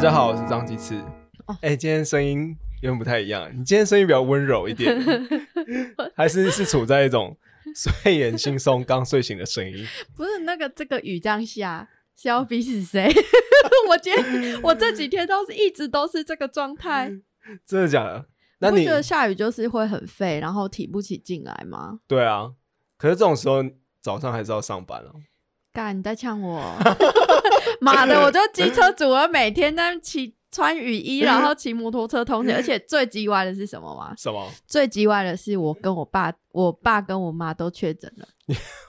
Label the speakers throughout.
Speaker 1: 家好，我是张鸡翅。
Speaker 2: 哦
Speaker 1: 哎、今天声音有点不太一样，你今天声音比较温柔 一点，还是是处在一种睡眼惺忪、刚睡醒的 声音？
Speaker 2: 不是那个这个语境下是要逼死谁？ 我觉得我这几天都是一直都是这个状态。
Speaker 1: 真的假的？
Speaker 2: 你
Speaker 1: 嗯那
Speaker 2: 不
Speaker 1: 你
Speaker 2: 觉得下雨就是会很废，然后提不起劲来吗？
Speaker 1: 对啊，可是这种时候早上还是要上班啊。
Speaker 2: 干，你在呛 我！妈的，我就机车主，我每天在那骑穿雨 衣，然后骑摩托车通勤，而且最鸡歪的是什么吗？
Speaker 1: 什么？
Speaker 2: 最鸡歪的是我跟我爸，我爸跟我妈都确诊了。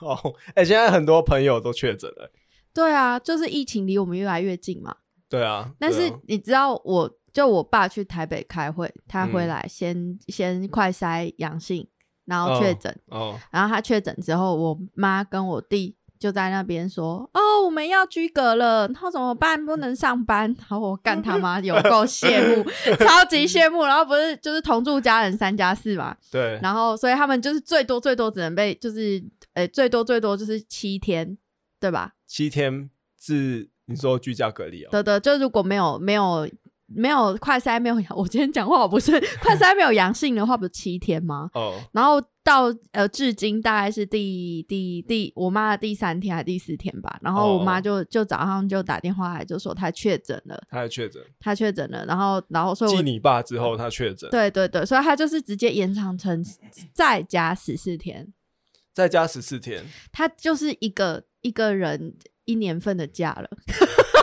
Speaker 1: 哦，哎、现在很多朋友都确诊了。
Speaker 2: 对啊，就是疫情离我们越来越近嘛。
Speaker 1: 对啊，
Speaker 2: 但
Speaker 1: 对
Speaker 2: 是
Speaker 1: 啊
Speaker 2: 你知道我。就我爸去台北开会，他回
Speaker 1: 嗯
Speaker 2: 来先、先快筛阳性，然
Speaker 1: 哦
Speaker 2: 后确诊，
Speaker 1: 哦，
Speaker 2: 然后他确诊之后，我妈跟我弟就在那边说：“哦，我们要居隔了，然后怎么办？不能上班。”然后我干他妈有够羡慕， 超级羡慕。然后不是就是同住家人三加四嘛，
Speaker 1: 对，
Speaker 2: 然后所以他们就是最多最多只能被就是呃最多最多就是七天，对吧？
Speaker 1: 七天至你说居家隔离哦。
Speaker 2: 对对，就如果没有没有。没有快筛，没有阳，我今天讲话我不是 快筛没有阳性的话，不是七天吗？
Speaker 1: 哦，
Speaker 2: 然后到呃，至今大概是第第第我妈的第三天还是第四天吧。然后我妈
Speaker 1: 哦
Speaker 2: 就就早上就打电话来，就说她确诊了，
Speaker 1: 他也确诊，
Speaker 2: 她确诊了。然后然后所以
Speaker 1: 继
Speaker 2: 我
Speaker 1: 你爸之后他确诊，
Speaker 2: 对对对，所以她就是直接延长成再加十四天，
Speaker 1: 再加十四天。
Speaker 2: 她就是一个一个人。一年份的假了，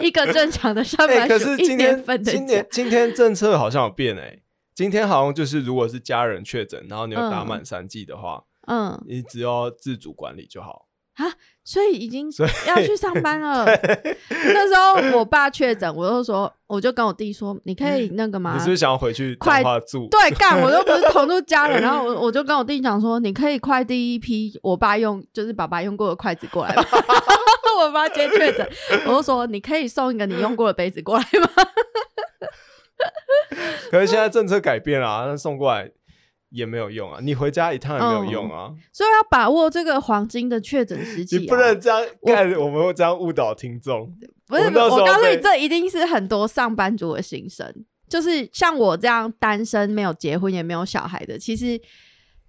Speaker 2: 一个正常的上
Speaker 1: 哎、
Speaker 2: 班
Speaker 1: 可
Speaker 2: 族
Speaker 1: 是
Speaker 2: 一
Speaker 1: 今
Speaker 2: 年
Speaker 1: 天
Speaker 2: 份的
Speaker 1: 今
Speaker 2: 假
Speaker 1: 年，今天政策好像有变哎、今天好像就是如果是家人确诊，然后你有打
Speaker 2: 嗯
Speaker 1: 满三剂的话，
Speaker 2: 嗯，
Speaker 1: 你只要自主管理就好。
Speaker 2: 所以已经
Speaker 1: 所以
Speaker 2: 要去上班 了。那时候我爸确诊，我就说，我就跟我弟说，你可以那个嘛，
Speaker 1: 嗯你是不是想要回去
Speaker 2: 快
Speaker 1: 彰化 住？
Speaker 2: 对，干我又不是同住家人，然后我我就跟我弟讲说，你可以快递一批我爸用，就是爸爸用过的筷子过来 吗？ 我爸今天确诊，我就说你可以送一个你用过的杯子过来吗？
Speaker 1: 可是现在政策改变了、啊，那送过来也没有用啊，你回家一趟也
Speaker 2: 嗯
Speaker 1: 没有用啊，
Speaker 2: 所以要把握这个黄金的确诊时期、啊，
Speaker 1: 你不能这样
Speaker 2: 我
Speaker 1: 干，我们会这样误导听众。
Speaker 2: 不是
Speaker 1: 我们到时候
Speaker 2: 我告诉
Speaker 1: 被
Speaker 2: 你，这一定是很多上班族的心声，就是像我这样单身、没有结婚、也没有小孩的，其实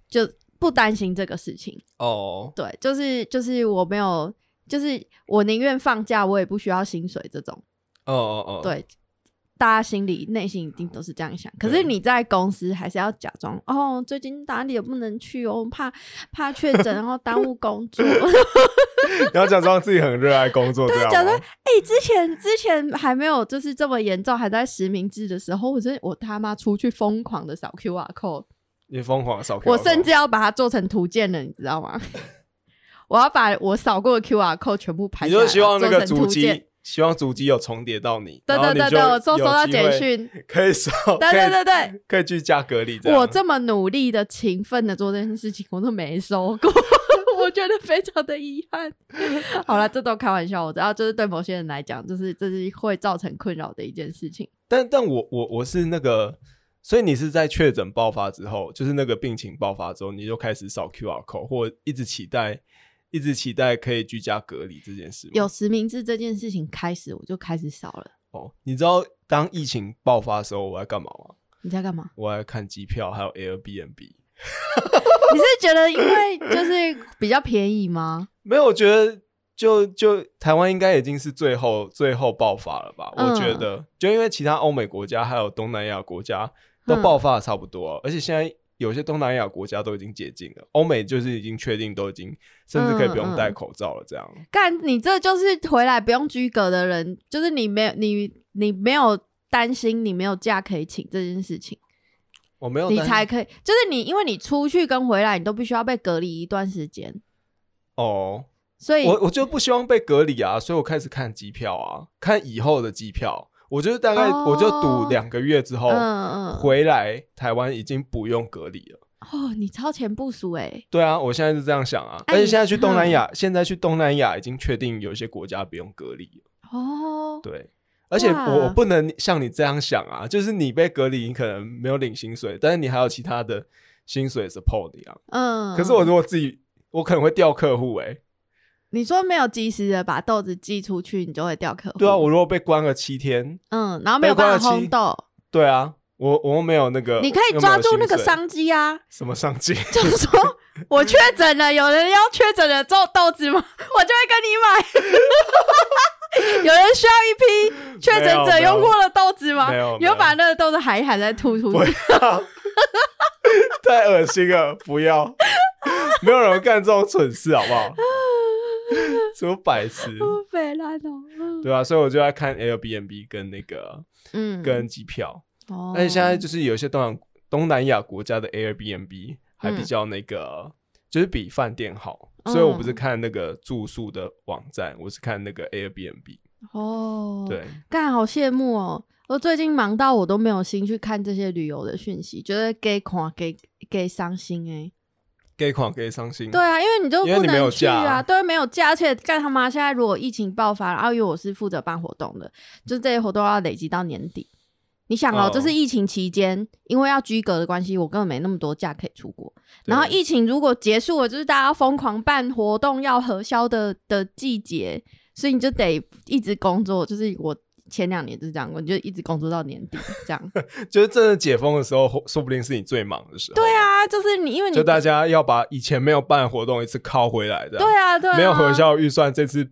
Speaker 2: 就不担心这个事情。
Speaker 1: 哦，
Speaker 2: 对，就是就是我没有，就是我宁愿放假，我也不需要薪水这种。
Speaker 1: 哦哦哦，，
Speaker 2: 对，大家心里内心一定都是这样想。可
Speaker 1: 对
Speaker 2: 是你在公司还是要假装哦，最近哪里也不能去哦，怕怕确诊，然后耽误工作。
Speaker 1: 然后假装自己很热爱工 作，这样
Speaker 2: 假
Speaker 1: 吗
Speaker 2: 装哎、之前之前还没有就是这么严重，还在实名制的时候，我真的我他妈出去疯狂的扫 QR code，
Speaker 1: 你疯狂扫 QR code，
Speaker 2: 我甚至要把它做成图鉴了，你知道吗？ 我要把我扫过的 QR code 全部排
Speaker 1: 你
Speaker 2: 下来，
Speaker 1: 就希望那
Speaker 2: 做
Speaker 1: 个
Speaker 2: 成图
Speaker 1: 足
Speaker 2: 鉴。
Speaker 1: 迹，希望足迹有重叠到你，
Speaker 2: 对
Speaker 1: 然后
Speaker 2: 对对
Speaker 1: 你就
Speaker 2: 对，我收收
Speaker 1: 有
Speaker 2: 到
Speaker 1: 机
Speaker 2: 简
Speaker 1: 会
Speaker 2: 讯，
Speaker 1: 可以收，
Speaker 2: 对
Speaker 1: 可以
Speaker 2: 对对对，
Speaker 1: 可以居家隔离这样。
Speaker 2: 我这么努力的、勤奋的做这件事情，我都没收过， 我觉得非常的遗憾。 好了，这都开玩笑，我知道，就是对某些人来讲，就是这是会造成困扰的一件事情。
Speaker 1: 但但我我我是那个，所以你是在确诊爆发之后，就是那个病情爆发之后，你就开始扫 QR code，或一直期待，一直期待可以居家隔离这件事吗。
Speaker 2: 有实名制这件事情开始，我就开始少了。
Speaker 1: 哦，你知道当疫情爆发的时候我在干嘛吗？？
Speaker 2: 你在干嘛
Speaker 1: 我在看机票，还有 Airbnb。
Speaker 2: 你是觉得因为就是比较便宜吗？
Speaker 1: 没有，我觉得就就台湾应该已经是最后最后爆发了吧？
Speaker 2: 嗯
Speaker 1: 我觉得，就因为其他欧美国家还有东南亚国家
Speaker 2: 嗯
Speaker 1: 都爆发的差不多了，而且现在有些东南亚国家都已经解禁了，欧美就是已经确定都已经甚至可以
Speaker 2: 嗯
Speaker 1: 不用戴口罩了，这样。
Speaker 2: 干，你这就是回来不用居隔的人，就是你没有你你没有担心你没有假可以请这件事情。
Speaker 1: 我没有
Speaker 2: 你
Speaker 1: 担
Speaker 2: 才可以，就是你，因为你出去跟回来，你都必须要被隔离一段时间，
Speaker 1: 哦，
Speaker 2: 所以
Speaker 1: 我我就不希望被隔离啊，所以我开始看机票啊，看以后的机票。我就是大概
Speaker 2: 哦
Speaker 1: 我就赌两个月之后、
Speaker 2: 嗯嗯嗯
Speaker 1: 回来台湾已经不用隔离了。
Speaker 2: 哦，你超前部署哎、
Speaker 1: 对啊，我现在是这样想啊，
Speaker 2: 哎
Speaker 1: 而且现在去东南亚，现在去东南亚已经确定有一些国家不用隔离了。
Speaker 2: 哦，
Speaker 1: 对，而且我
Speaker 2: 哇
Speaker 1: 我不能像你这样想啊，就是你被隔离，你可能没有领薪水，但是你还有其他的薪水 support 你啊。
Speaker 2: 嗯，
Speaker 1: 可是我如果自己，我可能会掉客户哎、
Speaker 2: 你说没有及时的把豆子寄出去，你就会掉客户。
Speaker 1: 对啊，我如果被关个七天，
Speaker 2: 嗯，然后没有办法烘豆，
Speaker 1: 对啊，我我又没有那 个，
Speaker 2: 你可以
Speaker 1: 又没有
Speaker 2: 抓住那个
Speaker 1: 薪水
Speaker 2: 商机啊！
Speaker 1: 什么上进，
Speaker 2: 就是说我确诊了，有人要确诊了做豆子吗？ 我就会跟你买。有 人需要一批确诊者
Speaker 1: 没有没有
Speaker 2: 用过的豆子吗？
Speaker 1: 没有
Speaker 2: 你
Speaker 1: 没有
Speaker 2: 就把那个豆子喊一喊再吐 出
Speaker 1: 不
Speaker 2: 去。
Speaker 1: 要，太恶心了，不要，没有人干这种蠢事，好 不好？什么白痴，
Speaker 2: 北烂哦，嗯
Speaker 1: 对啊，所以我就在看 Airbnb 跟那个
Speaker 2: 嗯，
Speaker 1: 跟机票，
Speaker 2: 哦，
Speaker 1: 而且现在就是有一些东南东南亚国家的
Speaker 2: 嗯
Speaker 1: Airbnb 还比较那个，就是比饭店好，
Speaker 2: 哦
Speaker 1: 所以我不是看那个住宿的网站，我是看那个 Airbnb，
Speaker 2: 哦，
Speaker 1: 对，
Speaker 2: 干好羡慕哦！我最近忙到我都没有心去看这些旅游的讯息，觉得给垮给给伤心哎、
Speaker 1: 给狂给伤心，
Speaker 2: 对啊，因为你就
Speaker 1: 嗯因为
Speaker 2: 不
Speaker 1: 你没有
Speaker 2: 能去
Speaker 1: 假
Speaker 2: 啊，
Speaker 1: 啊
Speaker 2: 对，没有假，而且干他妈现在如果疫情爆发，然后因为我是负责办活动的，就是这些活动要累积到年底。你想哦，
Speaker 1: 哦
Speaker 2: 这是疫情期间，因为要居隔的关系，我根本没那么多假可以出国。
Speaker 1: 对
Speaker 2: 然后疫情如果结束了，就是大家疯狂办活动要核销的的季节，所以你就得一直工作。就是我前两年就是这样，我就一直工作到年底这 样。
Speaker 1: 就是真的解封的时候，或说不定是你最忙的时候，
Speaker 2: 对。啊，就是你因为你
Speaker 1: 就大家要把以前没有办的活动一次靠回来的，
Speaker 2: 对啊对啊
Speaker 1: 没有核销预算，这次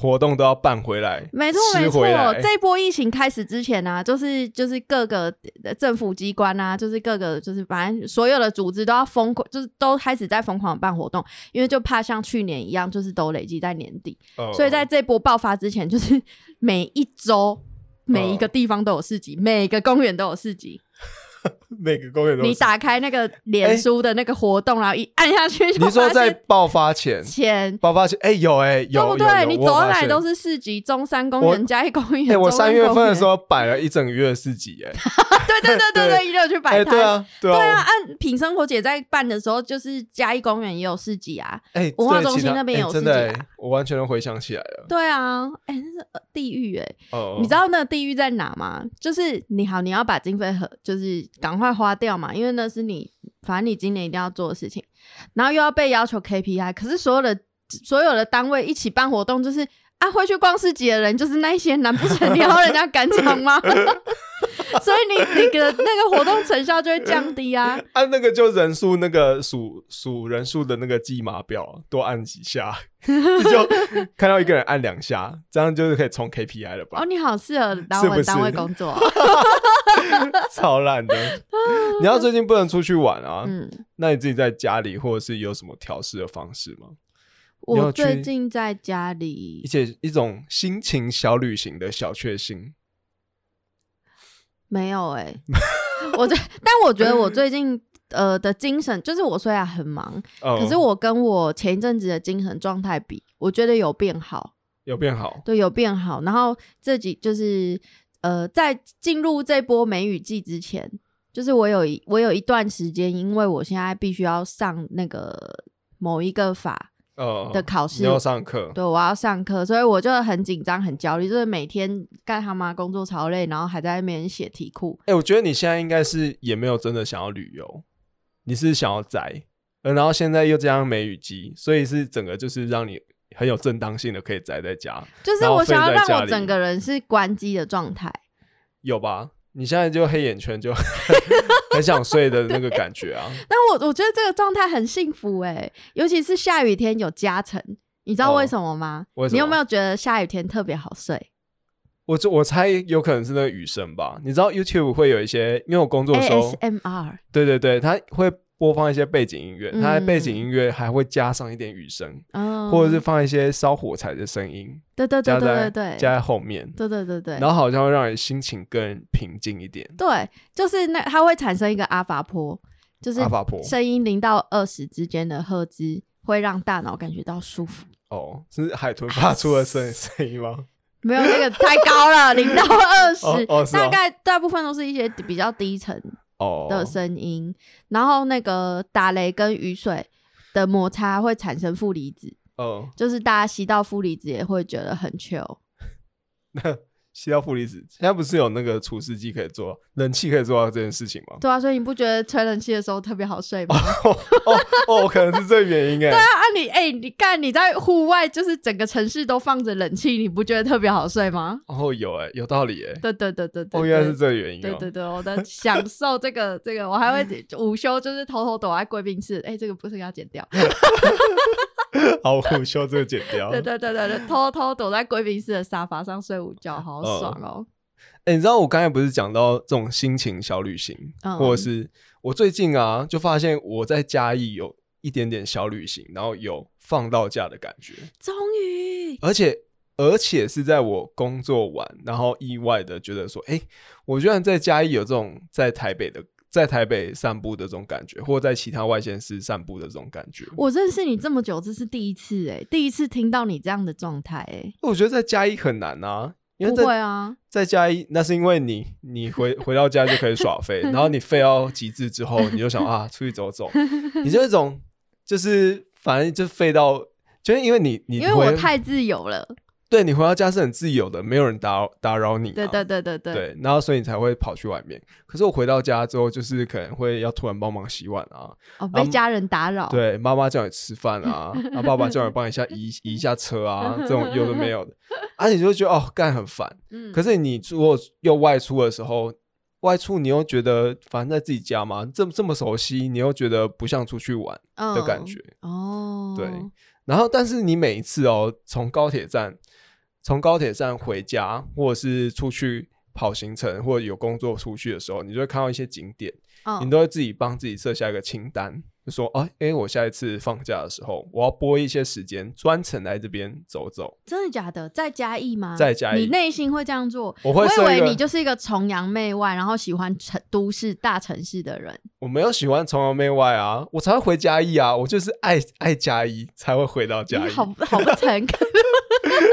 Speaker 1: 活动都要办回来，
Speaker 2: 没错
Speaker 1: 吃
Speaker 2: 没错
Speaker 1: 回来，
Speaker 2: 这一波疫情开始之前啊，就是就是各个呃政府机关啊，就是各个就是反正所有的组织都要疯狂，就是都开始在疯狂地办活动，因为就怕像去年一样，就是都累积在年底，
Speaker 1: 呃
Speaker 2: 所以在这波爆发之前，就是每一
Speaker 1: 哦
Speaker 2: 周。每一个地方都有市集，每个公园都有市集。
Speaker 1: 每个公园都
Speaker 2: 你
Speaker 1: 是。
Speaker 2: 打开那个脸书的那个活动，然后一按下去就
Speaker 1: 你说
Speaker 2: 发
Speaker 1: 在
Speaker 2: 现
Speaker 1: 爆发前，
Speaker 2: 钱，
Speaker 1: 爆发前，哎、有哎、
Speaker 2: 对
Speaker 1: 有
Speaker 2: 不
Speaker 1: 有有
Speaker 2: 对？你
Speaker 1: 我有
Speaker 2: 走到
Speaker 1: 发
Speaker 2: 哪里
Speaker 1: 现
Speaker 2: 都是市集，中山公
Speaker 1: 我
Speaker 2: 园、嘉义公园。
Speaker 1: 哎、我
Speaker 2: 中山
Speaker 1: 三月
Speaker 2: 公
Speaker 1: 份的
Speaker 2: 园
Speaker 1: 时候摆了一整个月的市集、哎，
Speaker 2: 对 对对对对，一六去
Speaker 1: 哎、
Speaker 2: 摆摊。
Speaker 1: 对啊，对
Speaker 2: 对啊，
Speaker 1: 啊，
Speaker 2: 按品生活节在办的时候，就是嘉义公园也有市集啊。
Speaker 1: 哎、
Speaker 2: 文化
Speaker 1: 对
Speaker 2: 中
Speaker 1: 其
Speaker 2: 心
Speaker 1: 他
Speaker 2: 那边
Speaker 1: 哎
Speaker 2: 有
Speaker 1: 真
Speaker 2: 市
Speaker 1: 的、
Speaker 2: 集
Speaker 1: 哎
Speaker 2: 啊
Speaker 1: 我完全都回想起来了。
Speaker 2: 对啊，哎、那是呃地狱哎、
Speaker 1: 哦、
Speaker 2: 你知道那个地狱在哪吗？就是你好，你要把经费和就是赶快花掉嘛，因为那是你反正你今年一定要做的事情，然后又要被要求 KPI，可是所有的所有的单位一起办活动，就是啊会去逛市集的人就是那一些，难不成你要人家赶场吗？ 所以你你的那个活动成效就会降低啊。
Speaker 1: 按那个就人数那个数数人数的那个计码表，多按几下， 你就看到一个人按两下，这样就是可以冲 KPI 了吧？
Speaker 2: 哦，你好适合来我
Speaker 1: 是不
Speaker 2: 们单位
Speaker 1: 是
Speaker 2: 工 作哦、
Speaker 1: 超烂的。 你要最近不能出去玩啊，
Speaker 2: 嗯，
Speaker 1: 那你自己在家里或者是有什么调试的方式吗？你有
Speaker 2: 我最
Speaker 1: 去
Speaker 2: 近在家
Speaker 1: 一
Speaker 2: 里
Speaker 1: 些一种心情小旅行的小确幸，
Speaker 2: 没有哎、 我最但我觉得我最近呃的精神，就是我虽然很忙，
Speaker 1: 呃，
Speaker 2: 可是我跟我前一阵子的精神状态比，我觉得有变好，
Speaker 1: 有变好，
Speaker 2: 对，有变好。然后自己就是呃，在进入这波梅雨季之前，就是我有一我有一段时间，因为我现在必须要上那个某一个法
Speaker 1: 呃
Speaker 2: 的考试，
Speaker 1: 你要上课，
Speaker 2: 对，我要上课，所以我就很紧张、很焦虑，就是每天干他妈工作超累，然后还在那边写题库。
Speaker 1: 哎、我觉得你现在应该是也没有真的想要旅游，你是想要宅，呃然后现在又加上梅雨季，所以是整个就是让你很有正当性的可以宅在家，
Speaker 2: 就是
Speaker 1: 然后
Speaker 2: 我想要
Speaker 1: 睡在家
Speaker 2: 让我
Speaker 1: 里
Speaker 2: 整个人是关机的状态。
Speaker 1: 有吧？你现在就黑眼圈就 很想睡的那个感觉啊，
Speaker 2: 但我我觉得这个状态很幸福哎、尤其是下雨天有加成，你知道
Speaker 1: 哦
Speaker 2: 为什么吗？
Speaker 1: 为什
Speaker 2: 你有
Speaker 1: 么
Speaker 2: 没有觉得下雨天特别好睡？
Speaker 1: 我就我猜有可能是那个雨声吧，你知道 YouTube 会有一些，因为我工作的时候，
Speaker 2: ASMR，
Speaker 1: 对对对，它会播放一些背景音乐，
Speaker 2: 嗯
Speaker 1: 它的背景音乐还会加上一点雨声，
Speaker 2: 嗯，
Speaker 1: 或者是放一些烧火柴的声音，
Speaker 2: 对对对
Speaker 1: 加
Speaker 2: 对对
Speaker 1: 在
Speaker 2: 对
Speaker 1: 加在后面，
Speaker 2: 对对对对
Speaker 1: 然，后好像会让你心情更平静一点。
Speaker 2: 对，就是那它会产生一个阿法波，就是
Speaker 1: 阿法波
Speaker 2: 声音零到二十之间的赫兹会让大脑感觉到舒服。
Speaker 1: 哦，是海豚发出的声声音 吗？
Speaker 2: 没有那个太高 了，零到二十、
Speaker 1: 哦哦是哦
Speaker 2: 大概大部分都是一些比较低沉
Speaker 1: 哦，
Speaker 2: 的声音，然后那个打雷跟雨水的摩擦会产生负离子，
Speaker 1: 哦，
Speaker 2: 就是大家吸到负离子也会觉得很 chill。
Speaker 1: 吸到负离子。现在不是有那个除湿机可以做，冷气可以做到这件事情 吗？
Speaker 2: 对啊，所以你不觉得吹冷气的时候特别好睡 吗？
Speaker 1: 哦哦哦，可能是这个原因哎、
Speaker 2: 啊，你哎、你看你在户外，就是整个城市都放着冷气，你不觉得特别好睡吗？
Speaker 1: 哦，有哎、有道理哎、
Speaker 2: 对对对对对，
Speaker 1: 哦，原来是这个原因
Speaker 2: 对
Speaker 1: 哦、
Speaker 2: 对对，我的享受这个这个，我还 会午休就是偷偷躲在贵宾室，哎、这个不是要剪掉？
Speaker 1: 好，我需要这个剪掉。
Speaker 2: 对对对对对，偷偷躲在贵宾室的沙发上睡午觉，好
Speaker 1: 嗯
Speaker 2: 爽哦！
Speaker 1: 哎、你知道我刚才不是讲到这种心情小旅行，
Speaker 2: 嗯
Speaker 1: 或者是我最近啊，就发现我在嘉义有一点点小旅行，然后有放到假的感觉，
Speaker 2: 终于，
Speaker 1: 而且而且是在我工作完，然后意外的觉得说，哎、我居然在嘉义有这种在台北的。在台北散步的这种感觉，或在其他外县市散步的这种感觉，
Speaker 2: 我认识你这么久，这是第一次哎、第一次听到你这样的状态哎，
Speaker 1: 我觉得在嘉义很难啊，因为
Speaker 2: 不会
Speaker 1: 在
Speaker 2: 啊，
Speaker 1: 在嘉义，那是因为你你回回到家就可以耍 废，然后你废到极致之后，你就想啊出去走走，你就一种就是反正就废到，就是因为你你
Speaker 2: 因
Speaker 1: 回
Speaker 2: 为我太自由了。
Speaker 1: 对你回到家是很自由的，没有人打扰打扰你、啊，
Speaker 2: 对对对对对，
Speaker 1: 对，然后所以你才会跑去外面。可是我回到家之后，就是可能会要突然帮忙洗碗啊，
Speaker 2: 哦，被家人打扰。
Speaker 1: 对，妈妈叫你吃 饭啊，然后爸爸叫你帮一下移移一下车啊，这种有的没 有的，而且就会觉得哦，干很烦。
Speaker 2: 嗯，
Speaker 1: 可是你如果又外出的时候，外出你又觉得反正在自己家嘛，这这么熟悉，你又觉得不像出去玩
Speaker 2: 嗯
Speaker 1: 的感觉。
Speaker 2: 哦，
Speaker 1: 对然后，但是你每一次哦，从高铁站从高铁站回家，或者是出去跑行程，或者有工作出去的时候，你就会看到一些景点，你
Speaker 2: 嗯，
Speaker 1: 都会自己帮自己设下一个清单，就说啊，诶，我下一次放假的时候，我要拨一些时间专程来这边走走。
Speaker 2: 真的假的？在嘉义吗？
Speaker 1: 在嘉义
Speaker 2: 你内心会这样做？
Speaker 1: 我会
Speaker 2: 以
Speaker 1: 设一
Speaker 2: 为你
Speaker 1: 个，
Speaker 2: 就是一个崇洋媚外，然后喜欢城都市大城市的人。
Speaker 1: 我没有喜欢崇洋媚外啊，我才会回嘉义啊，我就是爱爱嘉义才会回到
Speaker 2: 你
Speaker 1: 嘉义。
Speaker 2: 好好不诚恳。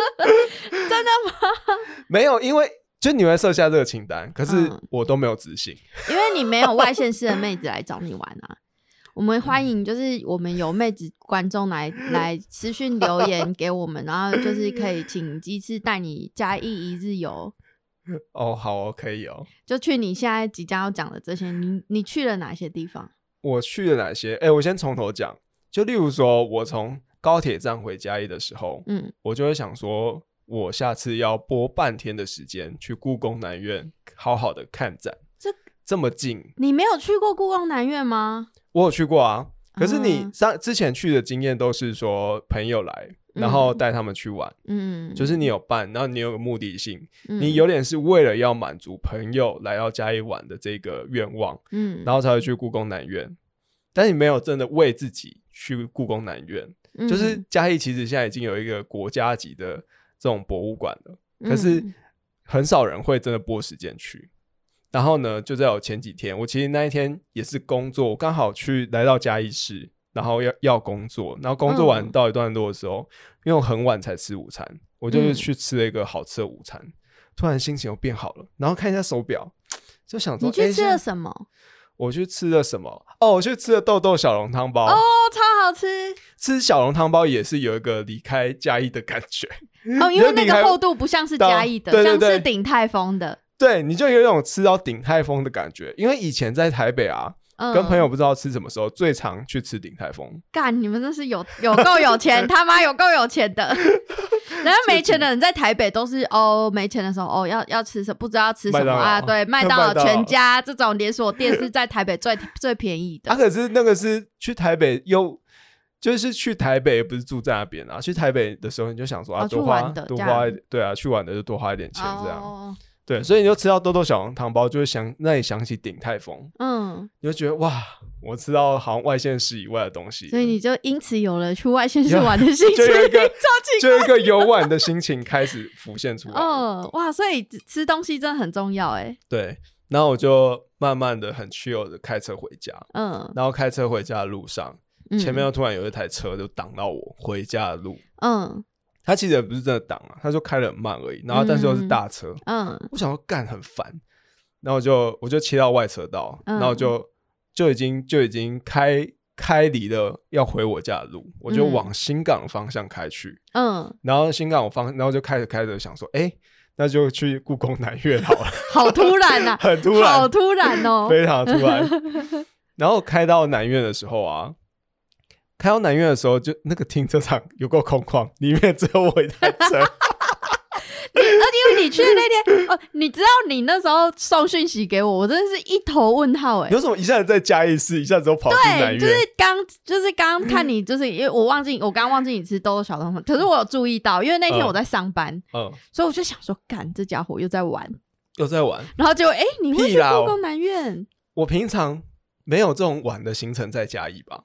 Speaker 1: 没有，因为就你会设下这个清单，可是
Speaker 2: 嗯
Speaker 1: 我都没有执行。
Speaker 2: 因为你没有外县市的妹子来找你玩啊。我们欢迎，就是我们有妹子观众来 来私讯留言给我们，然后就是可以请鸡翅带你嘉义一日游，
Speaker 1: 哦，好哦，可以哦。
Speaker 2: 就去你现在即将要讲的这些，你你去了哪些地方？
Speaker 1: 我去了哪些？哎、我先从头讲。就例如说，我从高铁站回嘉义的时候，
Speaker 2: 嗯，
Speaker 1: 我就会想说，我下次要拨半天的时间去故宫南院好好的看展。
Speaker 2: 这
Speaker 1: 这么近，
Speaker 2: 你没有去过故宫南院吗？
Speaker 1: 我有去过啊。可是你
Speaker 2: 嗯
Speaker 1: 上之前去的经验都是说朋友来，
Speaker 2: 嗯
Speaker 1: 然后带他们去玩，
Speaker 2: 嗯，
Speaker 1: 就是你有伴，然后你有个目的性，
Speaker 2: 嗯
Speaker 1: 你有点是为了要满足朋友来到嘉义玩的这个愿望，
Speaker 2: 嗯，
Speaker 1: 然后才会去故宫南院。但你没有真的为自己去故宫南院，就是
Speaker 2: 嗯，
Speaker 1: 嘉义其实现在已经有一个国家级的这种博物馆了，可是
Speaker 2: 嗯
Speaker 1: 很少人会真的拨时间去。然后呢，就在我前几天，我其实那一天也是工作，我刚好去来到嘉义市，然后要要工作，然后工作完
Speaker 2: 嗯
Speaker 1: 到一段落的时候，因为我很晚才吃午餐，我就是
Speaker 2: 嗯
Speaker 1: 去吃了一个好吃的午餐，突然心情又变好了，然后看一下手表，就想说，
Speaker 2: 你
Speaker 1: 诶
Speaker 2: 去吃
Speaker 1: 现在
Speaker 2: 了什么？
Speaker 1: 我去吃了什么？哦，我去吃了豆豆小笼汤包。
Speaker 2: 哦，超好吃
Speaker 1: 吃小笼汤包也是有一个离开嘉义的感觉，
Speaker 2: 哦， 因为那
Speaker 1: 你还
Speaker 2: 个厚度不像是嘉义的，
Speaker 1: 对对
Speaker 2: 像
Speaker 1: 对
Speaker 2: 是鼎泰丰的。
Speaker 1: 对，你就有一种吃到鼎泰丰的感觉。因为以前在台北啊，
Speaker 2: 嗯
Speaker 1: 跟朋友不知道吃什么时候，最常去吃鼎泰丰。
Speaker 2: 干，你们真是有有够有 钱，他妈有够有钱的。然后没钱的人在台北都是哦，没钱的时候哦，要要吃什不知道要吃什
Speaker 1: 麦
Speaker 2: 么
Speaker 1: 当劳
Speaker 2: 啊？ 对，麦当劳、
Speaker 1: 麦当劳
Speaker 2: 全家这种连锁店是在台北 最最便宜
Speaker 1: 啊，
Speaker 2: 的。
Speaker 1: 可是那个是去台北又。就是去台北不是住在那边啊，去台北的时候你就想说啊，
Speaker 2: 哦
Speaker 1: 多
Speaker 2: 去
Speaker 1: 花
Speaker 2: 玩的
Speaker 1: 多
Speaker 2: 这
Speaker 1: 花一
Speaker 2: 样
Speaker 1: 对啊，去玩的就多花一点钱这样，
Speaker 2: 哦，
Speaker 1: 对，所以你就吃到豆豆小笼汤包，就会想让你想起鼎泰丰，
Speaker 2: 嗯，
Speaker 1: 你就觉得哇，我吃到好像外县市以外的东西了，
Speaker 2: 所以你就因此有了去外县市玩的兴趣
Speaker 1: 就。 有一个
Speaker 2: 奇
Speaker 1: 就有一个游玩的心情开始浮现出来。
Speaker 2: 嗯，哇，所以吃东西真的很重要哎。
Speaker 1: 对，然后我就慢慢的很 chill 的开车回家，
Speaker 2: 嗯，
Speaker 1: 然后开车回家的路上，
Speaker 2: 嗯
Speaker 1: 前面又突然有一台车就挡到我回家的路。
Speaker 2: 嗯
Speaker 1: 他其实也不是真的挡啊，他就开得很慢而已。然后但是又是大车，
Speaker 2: 嗯
Speaker 1: 我想要干很烦，然后我就我就切到外车道，
Speaker 2: 嗯
Speaker 1: 然后就就已经就已经开开离了要回我家的路，我就
Speaker 2: 嗯
Speaker 1: 往新港的方向开去。
Speaker 2: 嗯
Speaker 1: 然后新港我方，然后就开始开始想说，哎、那就去故宫南院好 了，
Speaker 2: 好突然啊，
Speaker 1: 很突然，
Speaker 2: 好突然 哦。
Speaker 1: 非常突 然。然后开到南院的时候啊，开到南院的时候，就那个停车场有够空旷，里面只有我一台 车。
Speaker 2: 你而且因为你去的那天，哦，你知道你那时候送讯息给我，我真的是一头问号哎、
Speaker 1: 有什么一下子在嘉义市，一下子又跑去
Speaker 2: 对，
Speaker 1: 南院？
Speaker 2: 就是刚就是刚看你，就是因为我忘记我刚忘记你吃豆豆小汤粉，可是我有注意到，因为那天
Speaker 1: 嗯
Speaker 2: 我在上班，
Speaker 1: 嗯，
Speaker 2: 所以我就想说，干这家伙又在玩，
Speaker 1: 又在玩。
Speaker 2: 然后结果哎、你会
Speaker 1: 屁
Speaker 2: 去
Speaker 1: 啦哦
Speaker 2: 故宫南院？
Speaker 1: 我平常没有这种晚的行程在嘉义吧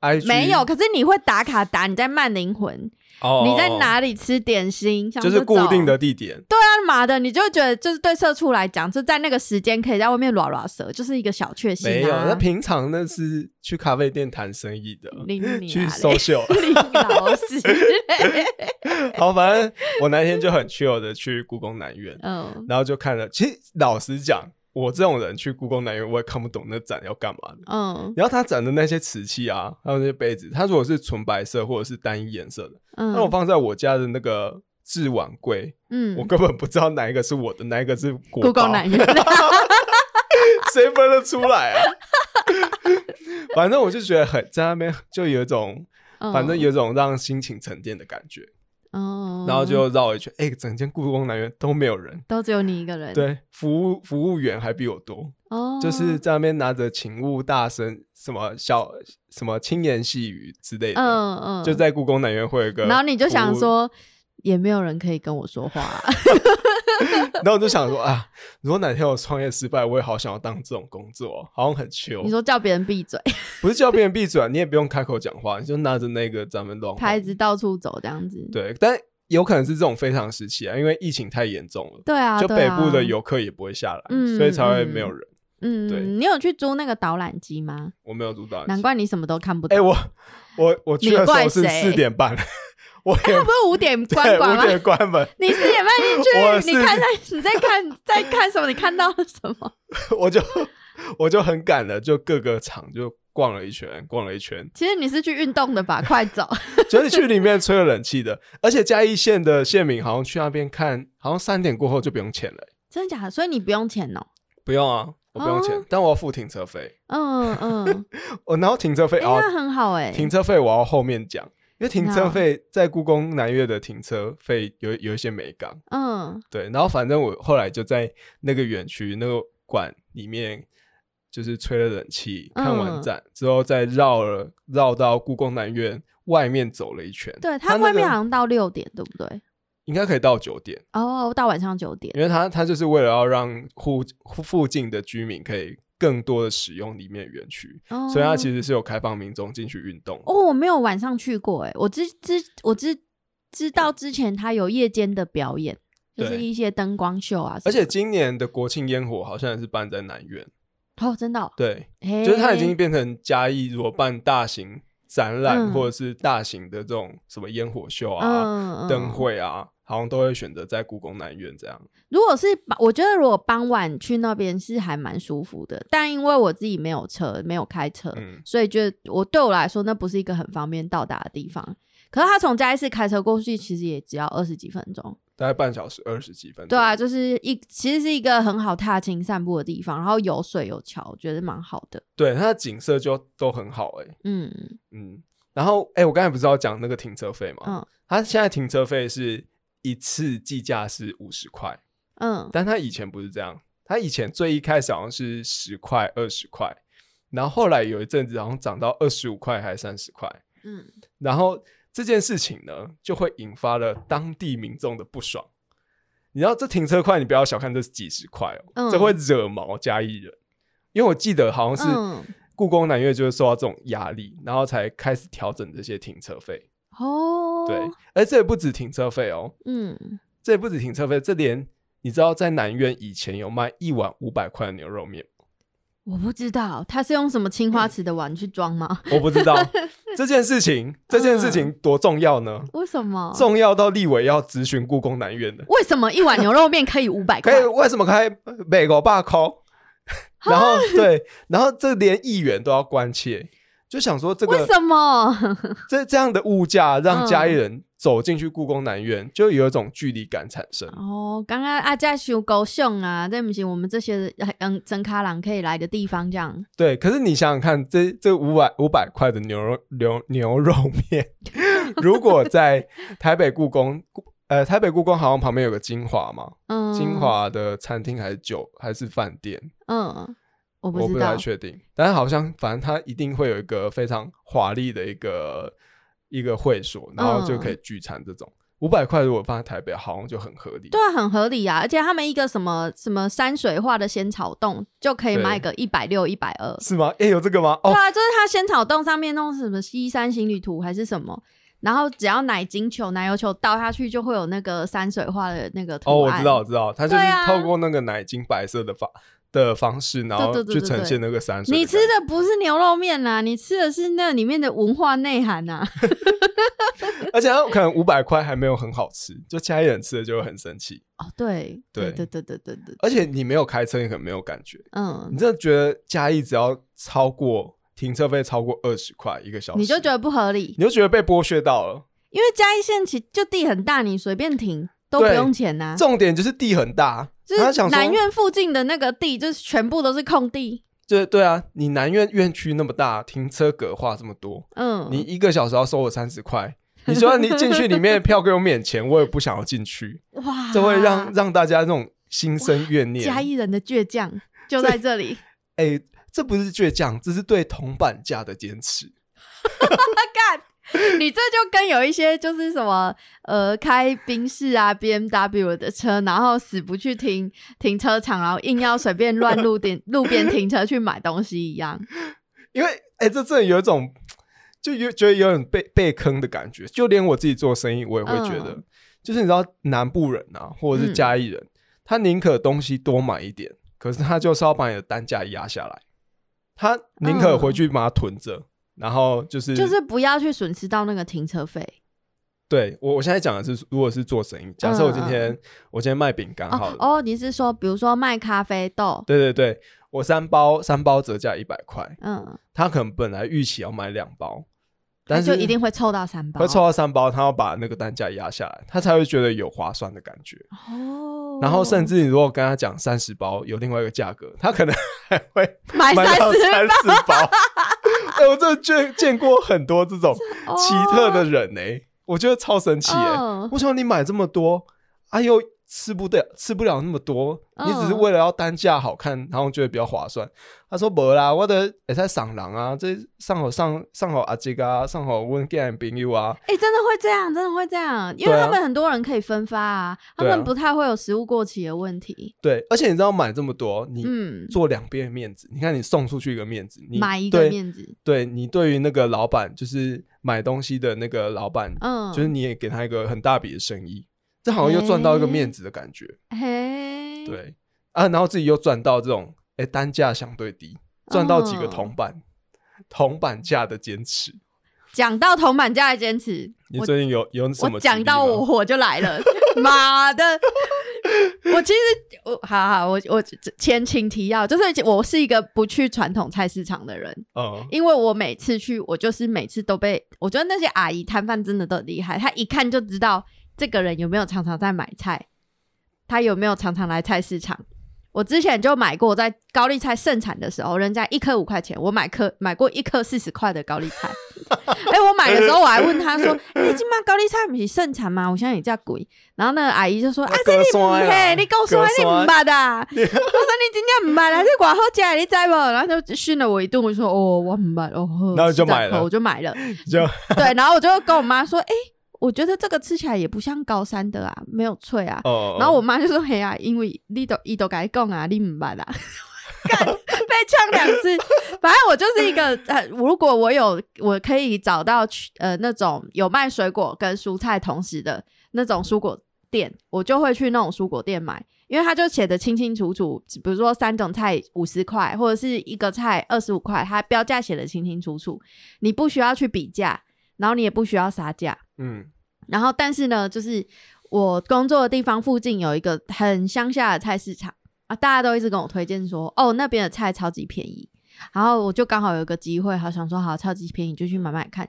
Speaker 1: ？IG
Speaker 2: 没有，可是你会打卡打你在慢灵魂，
Speaker 1: 哦，
Speaker 2: 你在
Speaker 1: 哦？
Speaker 2: 哪里吃点心，像
Speaker 1: 就是
Speaker 2: 这
Speaker 1: 固
Speaker 2: 种
Speaker 1: 定的地点，
Speaker 2: 干嘛的，你就会觉得就是对社畜来讲，就在那个时间可以在外面拉拉舌，就是一个小确幸、啊。
Speaker 1: 没有。那平常那是去咖啡店谈生意的，
Speaker 2: 你你
Speaker 1: 去
Speaker 2: 啊
Speaker 1: 搜
Speaker 2: 嘞
Speaker 1: 秀。
Speaker 2: 你老师，
Speaker 1: 好，反正我那天就很 chill 的去故宫南院，
Speaker 2: 嗯，
Speaker 1: 然后就看了。其实老实讲，我这种人去故宫南院，我也看不懂那展要干嘛的。
Speaker 2: 嗯
Speaker 1: 然后他展的那些瓷器啊，还有那些杯子，它如果是纯白色或者是单一颜色的，
Speaker 2: 嗯，
Speaker 1: 那我放在我家的那个置碗柜，
Speaker 2: 嗯
Speaker 1: 我根本不知道哪一个是我的，哪一个是国
Speaker 2: 故
Speaker 1: 宝
Speaker 2: 宫南 院，
Speaker 1: 谁分得出来啊？ 反正我就觉得很在那边就有一种，
Speaker 2: 哦
Speaker 1: 反
Speaker 2: 嗯
Speaker 1: 正有一种让心情沉淀的感觉，
Speaker 2: 嗯，嗯
Speaker 1: 然后就绕一圈，哎、整间故宫南园都没有人，
Speaker 2: 都只有你一个人，，
Speaker 1: 对，服务服务员还比我多，
Speaker 2: 哦，
Speaker 1: 就是在那边拿着请勿大声，什么小什么轻言细语之类的，
Speaker 2: 嗯嗯，
Speaker 1: 就在故宫南园会有一个，
Speaker 2: 然后你就想，说，也没有人可以跟我说话 啊，
Speaker 1: 然后我就想说啊，如果哪天我创业失败，我也好想要当这种工作，哦好像很
Speaker 2: 你
Speaker 1: chill，
Speaker 2: 说叫别人闭嘴，
Speaker 1: 不是叫别人闭嘴啊，你也不用开口讲话，你就拿着那个咱们乱晃
Speaker 2: 牌子到处走这样子，
Speaker 1: 哦对，但有可能是这种非常时期啊，因为疫情太严重了，
Speaker 2: 对啊，
Speaker 1: 就
Speaker 2: 对
Speaker 1: 北
Speaker 2: 啊
Speaker 1: 部的，游客也不会下来，
Speaker 2: 嗯
Speaker 1: 所以才会没有人。对
Speaker 2: 嗯，你有去租那个导览机吗？
Speaker 1: 我没有住到，
Speaker 2: 难怪你什么都看不
Speaker 1: 哎、
Speaker 2: 懂，
Speaker 1: 我我我去的时候是
Speaker 2: 你怪谁
Speaker 1: 四点半，我也
Speaker 2: 那不是五点 关
Speaker 1: 对
Speaker 2: 馆
Speaker 1: 五
Speaker 2: 吗？
Speaker 1: 点关门，
Speaker 2: 你四点
Speaker 1: 我
Speaker 2: 半进去，
Speaker 1: 是
Speaker 2: 你看在你在看在看什么？你看到了什么？
Speaker 1: 我就我就很赶了，就各个场就逛了一圈，逛了一圈，
Speaker 2: 其实你是去运动的 吧？快走！
Speaker 1: 就是去里面吹了冷气的。而且嘉义县的县民好像去那边看，好像三点过后就不用钱了、
Speaker 2: 真的假的？所以你不用钱哦。
Speaker 1: 不用啊，我不用钱，
Speaker 2: 哦
Speaker 1: 但我要付停车费。
Speaker 2: 嗯 嗯，
Speaker 1: 我然后停车费
Speaker 2: 哎，
Speaker 1: 哦，
Speaker 2: 那很好哎。
Speaker 1: 停车费我要后面讲，因为停车费在故宫南岳的停车费有有一些美感，
Speaker 2: 嗯
Speaker 1: 对。然后反正我后来就在那个园区那个馆里面，就是吹了冷气，
Speaker 2: 嗯
Speaker 1: 看完展、之后，再绕了绕到故宫南院外面走了一圈。
Speaker 2: 对，
Speaker 1: 它
Speaker 2: 它
Speaker 1: 那
Speaker 2: 外
Speaker 1: 个
Speaker 2: 面好像到六点，对不对？
Speaker 1: 应该可以到九点，
Speaker 2: 哦，到晚上九点。
Speaker 1: 因为它它就是为了要让户附近的居民可以更多的使用里面的园区，
Speaker 2: 哦
Speaker 1: 所以它其实是有开放民众进去运动的。
Speaker 2: 哦，我没有晚上去过哎，我之之我之知道之前它有夜间的表演，就是
Speaker 1: 对
Speaker 2: 一些灯光秀啊什么的。
Speaker 1: 而且今年的国庆烟火好像也是办在南苑，
Speaker 2: 哦，真的哦，
Speaker 1: 对，
Speaker 2: 就
Speaker 1: 就是它已经变成嘉义，如果办大型展览、
Speaker 2: 嗯
Speaker 1: 或者是大型的这种什么烟火秀啊、
Speaker 2: 嗯
Speaker 1: 灯、
Speaker 2: 嗯
Speaker 1: 会啊，好像都会选择在故宫南院这样。
Speaker 2: 如果是把我觉得如果傍晚去那边是还蛮舒服的，但因为我自己没有车，没有开车，
Speaker 1: 嗯
Speaker 2: 所以觉得我对我来说那不是一个很方便到达的地方。可是他从嘉义市开车过去，其实也只要二十几分钟。
Speaker 1: 大概半小时二十几分钟。
Speaker 2: 对啊，就是一其实是一个很好踏青散步的地方，然后有水有桥，我觉得蛮好的。
Speaker 1: 对，它的景色就都很好哎、
Speaker 2: 嗯
Speaker 1: 嗯。然后哎、我刚才不是要讲那个停车费吗？
Speaker 2: 嗯
Speaker 1: 它现在停车费是一次计价是五十块，
Speaker 2: 嗯，
Speaker 1: 但他以前不是这样，他以前最一开始好像是十块、二十块，然后后来有一阵子好像涨到二十五块还是三十块，
Speaker 2: 嗯，
Speaker 1: 然后这件事情呢，就会引发了当地民众的不爽。你知道这停车块，你不要小看这几十块哦，
Speaker 2: 嗯
Speaker 1: 这会惹毛嘉义人。因为我记得好像
Speaker 2: 嗯
Speaker 1: 是故宫南院就是受到这种压力，然后才开始调整这些停车费。
Speaker 2: 哦，
Speaker 1: 对，而这也不止停车费哦，
Speaker 2: 嗯，
Speaker 1: 这也不止停车费，这连你知道在南苑以前有卖一碗五百块的牛肉面，
Speaker 2: 我不知道他是用什么青花瓷的碗去装吗？
Speaker 1: 我不知道这件事情，这件事情
Speaker 2: 嗯
Speaker 1: 多重要呢？
Speaker 2: 为什么？
Speaker 1: 重要到立委要咨询故宫南苑的，
Speaker 2: 为什么一碗牛肉面可以五百
Speaker 1: 可
Speaker 2: 块
Speaker 1: 以？为什么开美国罢扣？ 然后
Speaker 2: 啊
Speaker 1: 对，然后这连议员都要关切，就想说这
Speaker 2: 为
Speaker 1: 个
Speaker 2: 什么？
Speaker 1: 这这样的物价让
Speaker 2: 嗯
Speaker 1: 家里人走进去故宫南院，就有一种距离感产生。
Speaker 2: 哦，刚刚啊，在修狗熊啊，这不是我们这些嗯真卡郎可以来的地方，这样
Speaker 1: 对，可是你想想看，这这五百五百块的牛肉牛牛肉面， 如果在台北故宫，故呃，台北故宫好像旁边有个金华嘛，
Speaker 2: 嗯，
Speaker 1: 金，华的餐厅还是酒还是饭店，
Speaker 2: 嗯，我
Speaker 1: 我
Speaker 2: 不知
Speaker 1: 太
Speaker 2: 道，
Speaker 1: 确定，但是好像反正它一定会有一个非常华丽的一个一个会所，然后就可以
Speaker 2: 嗯
Speaker 1: 聚餐这种。五百块如果放在台北，好像就很合理。
Speaker 2: 对啊，很合理啊，而且他们一个什么什么山水画的仙草冻就可以
Speaker 1: 对
Speaker 2: 卖个一百六、一百二，
Speaker 1: 是吗？哎、有这个吗？
Speaker 2: 对
Speaker 1: 哦，
Speaker 2: 啊，就是他仙草冻上面弄什么西山行旅图还是什么，然后只要奶精球、奶油球倒下去，就会有那个山水画的那个图
Speaker 1: 哦，我
Speaker 2: 案
Speaker 1: 知道，我。知道，它就
Speaker 2: 对
Speaker 1: 是
Speaker 2: 啊
Speaker 1: 透过那个奶精白色的方的方式，然后
Speaker 2: 对对
Speaker 1: 去
Speaker 2: 对
Speaker 1: 呈
Speaker 2: 对
Speaker 1: 现那个山水。
Speaker 2: 你吃的不是牛肉面啦、你吃的是那里面的文化内涵啊呐、
Speaker 1: 而且它可能五百块还没有很好吃，就其他人吃了就会很生气。
Speaker 2: 哦，对，
Speaker 1: 对
Speaker 2: 对对对对对，
Speaker 1: 而且你没有开车，你可能没有感觉。你
Speaker 2: 嗯，
Speaker 1: 真的觉得嘉义只要超过停车费超过二十块一个小时，
Speaker 2: 你就觉得不合理，
Speaker 1: 你就觉得被剥削到了。
Speaker 2: 因为嘉义县其就地很大，你随便停都不
Speaker 1: 对
Speaker 2: 用钱啊呐、
Speaker 1: 重点就是地很大，他
Speaker 2: 就是
Speaker 1: 想说
Speaker 2: 南苑附近的那个地，就是全部都是空地。
Speaker 1: 对对啊，你南苑院区那么大，停车格化这么多，
Speaker 2: 嗯，
Speaker 1: 你一个小时要收我三十块。你说你进去里面的票给我免钱，我也不想要进去，
Speaker 2: 哇，
Speaker 1: 这会让让大家那种心生怨念。
Speaker 2: 嘉义人的倔 强就在这里。
Speaker 1: 哎、这不是倔强，这是对铜板价的坚持。
Speaker 2: 你这就跟有一些就是什么呃开宾士啊 B M W 的车，然后死不去停停车场，然后硬要随便乱路边 路边停车去买东西一样。
Speaker 1: 嗯因为哎、这真的有一种就有觉得有点被被坑的感觉，就连我自己做生意，我也会觉得，
Speaker 2: 嗯
Speaker 1: 就是你知道南部人啊，或者是嘉义人，他宁可东西多买一点，可是他就是要把你的单价压下来，他宁可回去把它囤着。然后就是
Speaker 2: 嗯就是不要去损失到那个停车费
Speaker 1: 对我我现在讲的是，如果是做生意，假设我今天、
Speaker 2: 嗯
Speaker 1: 我今天卖饼干啊好
Speaker 2: 哦
Speaker 1: 了，
Speaker 2: 哦，你是说比如说卖咖啡豆，
Speaker 1: 对对对，我三包三包折价一百块，
Speaker 2: 嗯，
Speaker 1: 他可能本来预期要买两包，
Speaker 2: 那
Speaker 1: 但是
Speaker 2: 就一定会凑到三包，
Speaker 1: 会抽到三包，他要把那个单价压下来，他才会觉得有划算的感觉。
Speaker 2: 哦，
Speaker 1: 然后甚至你如果跟他讲三十包有另外一个价格，他可能 还会
Speaker 2: 买
Speaker 1: 买到
Speaker 2: 三十
Speaker 1: 三十包。哎、我真的见见过很多这种
Speaker 2: 哦
Speaker 1: 奇特的人呢、我觉得超神奇耶、
Speaker 2: 嗯
Speaker 1: 为什么你买这么多，啊又吃不得吃不了那么多，
Speaker 2: 嗯
Speaker 1: 你只是为了要单价好看，然后觉得比较划算。他说没啦，我的也在赏狼啊，这上好上上好阿杰啊，上好问 g a 朋友啊，
Speaker 2: 哎、真的会这样，真的会这样，因为
Speaker 1: 对啊
Speaker 2: 他们很多人可以分发啊，他
Speaker 1: 对啊
Speaker 2: 们不太会有食物过期的问题。
Speaker 1: 对，而且你知道买这么多，你
Speaker 2: 嗯，
Speaker 1: 做两边的面子，你看你送出去一个面子，你
Speaker 2: 买一个
Speaker 1: 对
Speaker 2: 面子，
Speaker 1: 对你对于那个老板，就是买东西的那个老板，
Speaker 2: 嗯，
Speaker 1: 就是你也给他一个很大笔的生意，这好像又赚到一个面子的感觉，
Speaker 2: 嘿，
Speaker 1: 对啊，然后自己又赚到这种哎单价相对低，赚到几个
Speaker 2: 哦
Speaker 1: 铜板，铜板价的坚持。
Speaker 2: 讲到铜板价的坚持，
Speaker 1: 你
Speaker 2: 我
Speaker 1: 最近有有什么
Speaker 2: 我
Speaker 1: 经历
Speaker 2: 讲到
Speaker 1: 吗
Speaker 2: 我火就来了，妈的！ 我其实我好好我我前情提要，就是我是一个不去传统菜市场的人，
Speaker 1: 嗯
Speaker 2: 因为我每次去，我就是每次都被我觉得那些阿姨摊贩真的都很厉害，她一看就知道这个人有没有常常在买菜，他有没有常常来菜市场。我之前就买过，在高丽菜盛产的时候，人家一颗五块钱，我买颗买过一颗四十块的高丽 菜。哎、我买的时候我还问他说：“哎、欸，今嘛高丽菜不是盛产吗？我现在也叫鬼。”然后那个阿姨就说：“啊，这
Speaker 1: 割
Speaker 2: 你不
Speaker 1: 山啦
Speaker 2: 嘿，你告诉我
Speaker 1: 割
Speaker 2: 你
Speaker 1: 山
Speaker 2: 不捌的啊。”我说：“你真正不捌啊 啦，这寡好吃的，你知不？”然后就训了我一顿，我就说：“哦，我不捌哦。呵”
Speaker 1: 然后你就
Speaker 2: 吃
Speaker 1: 买
Speaker 2: 这口
Speaker 1: 了
Speaker 2: 我就买了。
Speaker 1: 就
Speaker 2: 对，然后我就跟我妈说：“哎、我觉得这个吃起来也不像高山的啊，没有脆啊。”
Speaker 1: 哦，
Speaker 2: 然后我妈就说：“嘿啊，因为你都伊都该讲啊， 你唔捌啦。”干被呛两次，反正我就是一个呃，如果我有我可以找到去呃那种有卖水果跟蔬菜同时的那种蔬果店，我就会去那种蔬果店买，因为它就写的清清楚楚，比如说三种菜五十块，或者是一个菜二十五块，它标价写的清清楚楚，你不需要去比价，然后你也不需要杀价，
Speaker 1: 嗯
Speaker 2: 然后，但是呢，就是我工作的地方附近有一个很乡下的菜市场啊，大家都一直跟我推荐说，哦，那边的菜超级便宜。嗯然后我就刚好有一个机会，好想说好超级便宜就去买买看。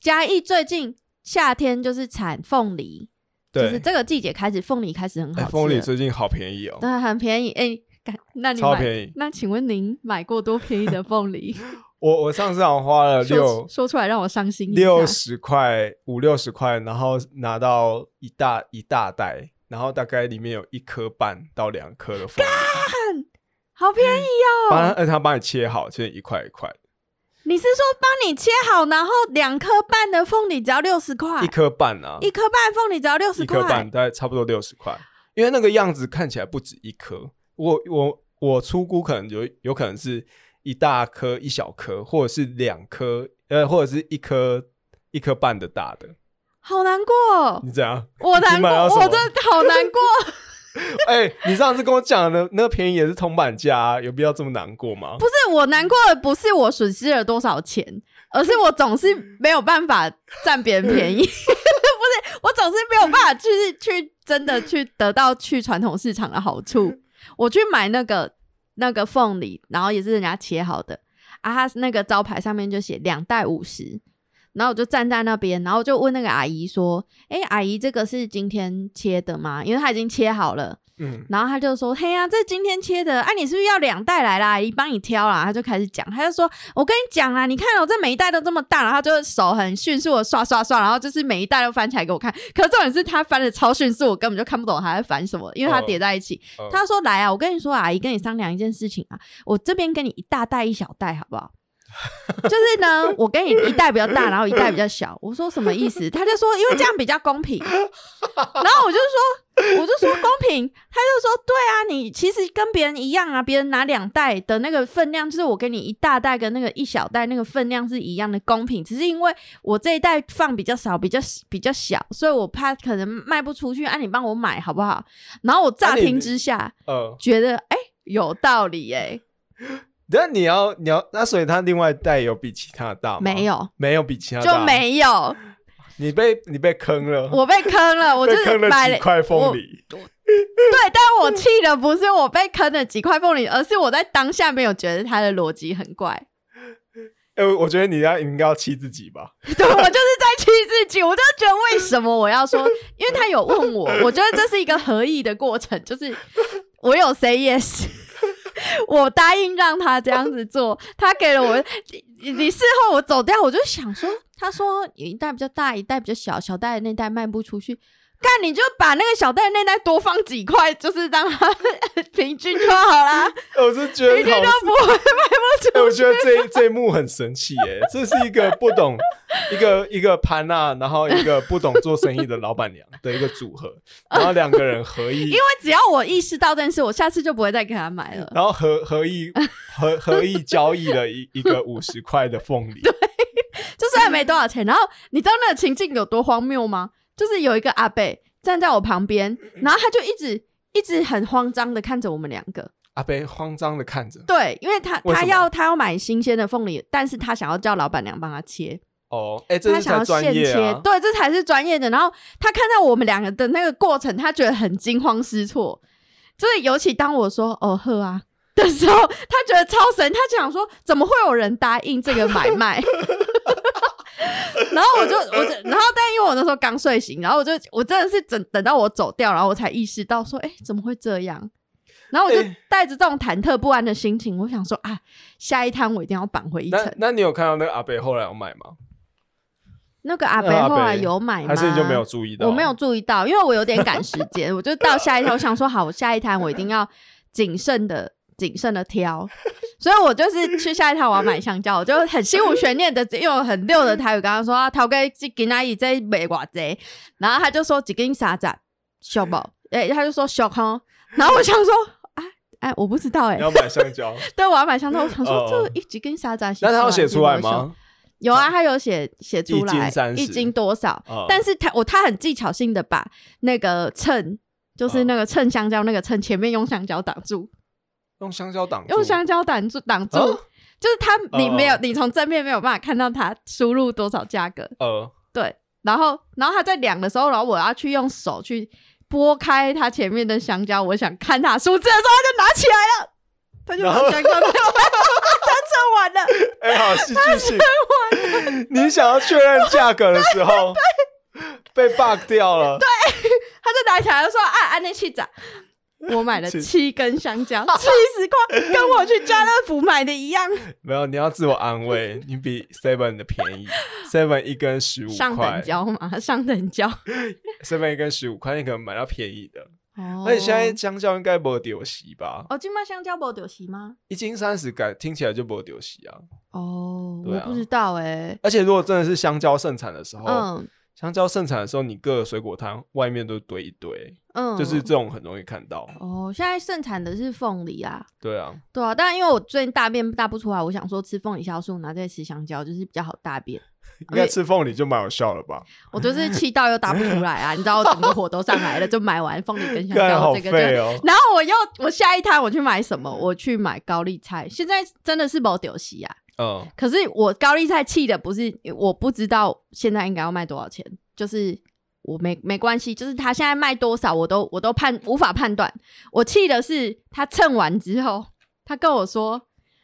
Speaker 2: 嘉义最近夏天就是产凤梨，就
Speaker 1: 对，
Speaker 2: 是这个季节开始凤梨开始很好吃
Speaker 1: 哎
Speaker 2: 了，
Speaker 1: 凤梨最近好便宜哦，
Speaker 2: 对，很便宜。哎、干那你
Speaker 1: 超
Speaker 2: 买？
Speaker 1: 便宜。
Speaker 2: 那请问您买过多便宜的凤梨？
Speaker 1: 我我上次好像花了
Speaker 2: 说
Speaker 1: 六
Speaker 2: 说出来让我伤心一下。
Speaker 1: 六十块五六十块，然后拿到一大一大袋，然后大概里面有一颗半到两颗的凤梨，
Speaker 2: 好便宜！啊
Speaker 1: 帮而且他帮你切好，切一块一块，
Speaker 2: 你是说帮你切好，然后两颗半的凤梨只要六十块
Speaker 1: 一，颗半啊，
Speaker 2: 一颗半凤梨只要六十
Speaker 1: 一颗
Speaker 2: 块，
Speaker 1: 半大概差不多六十块，因为那个样子看起来不止一颗，我我我出估可能有有可能是一大颗一小颗，或者是两颗，呃，或者是一颗一颗半的大的，
Speaker 2: 好难过，哦
Speaker 1: 你怎样？
Speaker 2: 我难
Speaker 1: 买到什
Speaker 2: 过，
Speaker 1: 么
Speaker 2: 我真的好难过。
Speaker 1: 哎、你上次跟我讲的那个便宜也是铜板价、啊，有必要这么难过吗？
Speaker 2: 不是我难过的，不是我损失了多少钱，而是我总是没有办法占别人便宜，不是我总是没有办法去去真的去得到去传统市场的好处。我去买那个那个凤梨，然后也是人家切好的啊，它那个招牌上面就写两袋五十。然后我就站在那边，然后就问那个阿姨说：“哎、阿姨，这个是今天切的吗？因为它已经切好了。”
Speaker 1: 嗯，
Speaker 2: 然后他就说：“嘿呀、这今天切的，啊，你是不是要两袋来啦？阿姨帮你挑啦。”他就开始讲，他就说：“我跟你讲啦，你看哦、这每一袋都这么大。”然后他就手很迅速的刷刷刷，然后就是每一袋都翻起来给我看。可是重点是他翻的超迅速，我根本就看不懂他在翻什么，因为他
Speaker 1: 哦
Speaker 2: 叠在一起。
Speaker 1: 哦
Speaker 2: 他说：“来啊，我跟你说啊，阿姨跟你商量一件事情啊，我这边给你一大袋一小袋，好不好？”就是呢，我给你一袋比较大，然后一袋比较小。我说什么意思？他就说因为这样比较公平。然后我就说，我就说公平。他就说对啊，你其实跟别人一样啊，别人拿两袋的那个分量，就是我给你一大袋跟那个一小袋那个分量是一样的公平，只是因为我这一袋放比较少，比较比较小，所以我怕可能卖不出去，啊，你帮我买好不好？然后我乍
Speaker 1: 啊你
Speaker 2: 听之下，
Speaker 1: 呃，
Speaker 2: 觉得哎、有道理哎、
Speaker 1: 那你要你要那所以他另外一袋有比其他的大吗？
Speaker 2: 没，有
Speaker 1: 没有比其他
Speaker 2: 就
Speaker 1: 大，。
Speaker 2: 没有，
Speaker 1: 你被你被坑了，
Speaker 2: 我被坑了，我就
Speaker 1: 被
Speaker 2: 是
Speaker 1: 坑
Speaker 2: 买了
Speaker 1: 了几块
Speaker 2: 我
Speaker 1: 凤梨。
Speaker 2: 对，但我气的不是我被坑了几块凤梨，而是我在当下没有觉得他的逻辑很怪。
Speaker 1: 哎、我觉得你要你应该要气自己吧。
Speaker 2: 对我就是在气自己，我就觉得为什么我要说，因为他有问我，我觉得这是一个合意的过程，就是我有 say yes，我答应让他这样子做，他给了我，你你事后我走掉，我就想说，他说有一袋比较大，一袋比较小，小袋的那袋卖不出去。干，你就把那个小袋的那袋多放几块，就是让它 平均就好啦，
Speaker 1: 哎我是觉得
Speaker 2: 平均
Speaker 1: 好
Speaker 2: 就不会
Speaker 1: 哎、我觉得这一这一幕很神奇耶、这是一个不懂 一个一个潘娜，然后一个不懂做生意的老板娘的一个组合，然后两个人合意，
Speaker 2: 因为只要我意识到这件事，我下次就不会再给他买了。
Speaker 1: 然后合合意合合意交易了一一个五十块的凤 梨，
Speaker 2: 就虽然没多少钱，然后你知道那个情境有多荒谬吗？就是有一个阿贝站在我旁
Speaker 1: 嗯
Speaker 2: 边，然后他就一直一直很慌张的看着我们两个。
Speaker 1: 阿贝慌张的看着，
Speaker 2: 对，因为他
Speaker 1: 为什么
Speaker 2: 他要他要买新鲜的凤梨，但是他想要叫老板娘帮他切，
Speaker 1: 哦，哎、这
Speaker 2: 他
Speaker 1: 是
Speaker 2: 想
Speaker 1: 才
Speaker 2: 要
Speaker 1: 专
Speaker 2: 现
Speaker 1: 业
Speaker 2: 切，
Speaker 1: 啊，
Speaker 2: 对，这才是专业的。然后他看到我们两个的那个过程，他觉得很惊慌失措。就是尤其当我说“哦呵啊” 的时候，他觉得超神，他想说怎么会有人答应这个买卖？ 然后我就我就然后但因为我那时候刚睡醒，然后我就我真的是等等到我走掉，然后我才意识到说，哎、怎么会这样？然后我就
Speaker 1: 哎
Speaker 2: 带着这种忐忑不安的心情，我想说啊，下一摊我一定要扳回一城
Speaker 1: 那。那你有看到那个阿贝后来有买吗？
Speaker 2: 那个阿
Speaker 1: 那
Speaker 2: 北
Speaker 1: 阿伯
Speaker 2: 后来有买吗？
Speaker 1: 还是你就没有注意到？
Speaker 2: 我没有，注意到，因为我有点赶时间，我 就到下一摊，我想说好，我下一摊我一定要谨慎的、谨慎的挑，所以我就是去下一摊我要买香蕉，我就很心无悬念的用很溜的台语跟他说啊，头家这今仔日这卖偌济，然后他就说一斤三十，小宝，诶、他就说小康，然后我想说。啊哎，我不知道哎、
Speaker 1: 你要买香 蕉，
Speaker 2: 对，我要买香蕉。我想说，
Speaker 1: 哦哦
Speaker 2: 这一几根沙扎，
Speaker 1: 那他有写出来 吗？
Speaker 2: 有啊，他有写写出来
Speaker 1: 一斤30
Speaker 2: 一斤多少，
Speaker 1: 哦
Speaker 2: 但是他我他很技巧性的把那个秤，就是
Speaker 1: 哦
Speaker 2: 那个称香蕉那个秤前面用香蕉挡住，
Speaker 1: 用香蕉挡住，
Speaker 2: 用香蕉挡住挡住，
Speaker 1: 哦
Speaker 2: 就是他你没有、
Speaker 1: 哦
Speaker 2: 你从正面没有办法看到他输入多少价格，
Speaker 1: 呃，
Speaker 2: 对，然后然后他在量的时候，然后我要去用手去拨开他前面的香蕉，我想看他数字的时候，他就拿起来了，他就
Speaker 1: 然
Speaker 2: 把
Speaker 1: 后
Speaker 2: 香蕉拿起来他称完了。
Speaker 1: 哎、好戏剧性！你想要确认价格的时候，被 bug 掉了。对，
Speaker 2: 他就拿起来就说：“啊，安内去 长，我买了
Speaker 1: 是
Speaker 2: 七根香 蕉，七十块，跟我去家乐福买的一样，
Speaker 1: 没有，你要自我安慰，你比 Seven 的便 宜，Seven 一根十五
Speaker 2: 上等
Speaker 1: 块
Speaker 2: 胶嘛，上等胶。
Speaker 1: ，Seven 一根十五块，你可能买到便宜的。
Speaker 2: 哦
Speaker 1: 而且现在香蕉应该没丢席吧？
Speaker 2: 哦，金麦香蕉不有席吗？
Speaker 1: 一斤三十，感听起来就没丢席啊。
Speaker 2: 哦，
Speaker 1: 对
Speaker 2: 我
Speaker 1: 啊
Speaker 2: 不知道哎、
Speaker 1: 而且如果真的是香蕉盛产的时候，
Speaker 2: 嗯
Speaker 1: 香蕉盛产的时候，你各个水果摊外面都堆一堆，
Speaker 2: 嗯，
Speaker 1: 就是这种很容易看到。
Speaker 2: 哦，现在盛产的是凤梨啊。
Speaker 1: 对啊，
Speaker 2: 对啊，但因为我最近大便大不出来，我想说吃凤梨酵素，拿这吃香蕉就是比较好大便。
Speaker 1: 应该吃凤梨就蛮有效了 吧？
Speaker 2: 我就是气到又打不出来 啊，你知道我整个火都上来了，就买完凤梨跟香
Speaker 1: 干
Speaker 2: 蕉
Speaker 1: 好
Speaker 2: 这个就
Speaker 1: 废哦、
Speaker 2: 然后我又我下一摊我去买什么？我去买高丽菜，现在真的是没丢席啊。
Speaker 1: 嗯，
Speaker 2: 可是我高丽菜气的不是，我不知道现在应该要卖多少钱，就是我没没关系，就是他现在卖多少我都我都判无法判断。我气的是他称完之后，他跟我说：“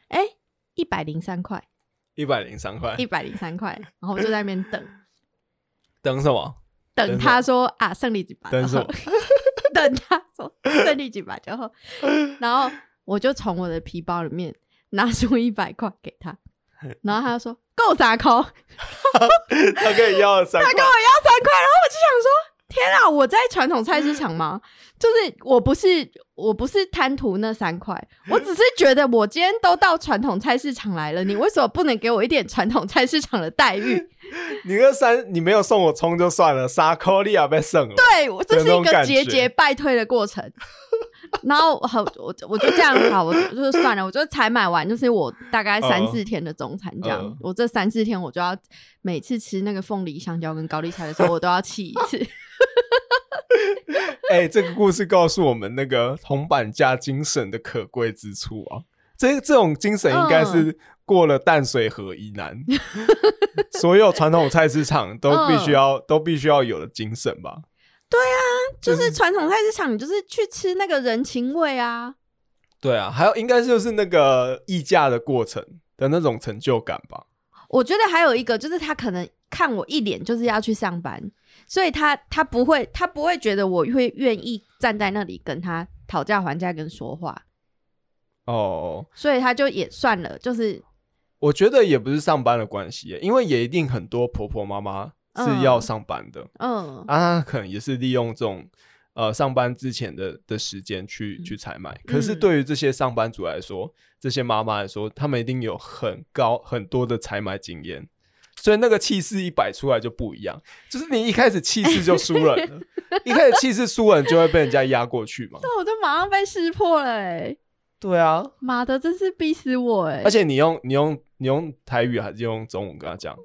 Speaker 2: 哎、1一百零三块，
Speaker 1: 一百零三块
Speaker 2: 一。百零三块。”然后我就在那边等
Speaker 1: 等什么？
Speaker 2: 等他说啊，剩你几把，
Speaker 1: 等什么？
Speaker 2: 等他说剩你几把之后，然后我就从我的皮包里面拿出一百块给他，然后他就说够啥抠。
Speaker 1: 他可以要三
Speaker 2: 他跟
Speaker 1: 块
Speaker 2: 我。要三块，然后我就想说，天啊，我在传统菜市场吗？就是我不是我不是贪图那三块，我只是觉得我今天都到传统菜市场来了，你为什么不能给我一点传统菜市场的待遇？
Speaker 1: 你那三，你没有送我葱就算了，沙科利亚啊被送了。
Speaker 2: 对我这是一
Speaker 1: 有那种
Speaker 2: 个
Speaker 1: 感觉
Speaker 2: 节节败退的过程。 然后好，我我就这样好，我就就算了，我就才买完，就是我大概三
Speaker 1: 嗯
Speaker 2: 四天的中餐这样。
Speaker 1: 嗯
Speaker 2: 我这三四天我就要每次吃那个凤梨香蕉跟高丽菜的时候，我都要气一次。
Speaker 1: 哎、这个故事告诉我们那个铜板价精神的可贵之处啊！这这种精神应该是过了淡水河以南，所有传统菜市场都必须要、都必须要有的精神吧？
Speaker 2: 就是传统菜市场，你就是去吃那个人情味啊。
Speaker 1: 对啊，还有应该就是那个议价的过程的那种成就感吧？
Speaker 2: 我觉得还有一个就是他可能看我一脸就是要去上班，所以他他不会他不会觉得我会愿意站在那里跟他讨价还价跟说话，
Speaker 1: 哦，
Speaker 2: 所以他就也算了，就是
Speaker 1: 我觉得也不是上班的关系耶，因为也一定很多婆婆妈妈是要上班的，
Speaker 2: 嗯
Speaker 1: 啊，他可能也是利用这种呃上班之前的的时间去去采买。可是
Speaker 2: 嗯
Speaker 1: 对于这些上班族来说，这些妈妈来说，他们一定有很高很多的采买经验，所以那个气势一摆出来就不一样。就是你一开始气势就输 人了，一开始气势输人就会被人家压过去嘛。
Speaker 2: 那我就马上被识破了、欸，
Speaker 1: 对啊，
Speaker 2: 妈的，真是逼死我哎、
Speaker 1: 而且你用你用你用台语还是用中文跟他讲？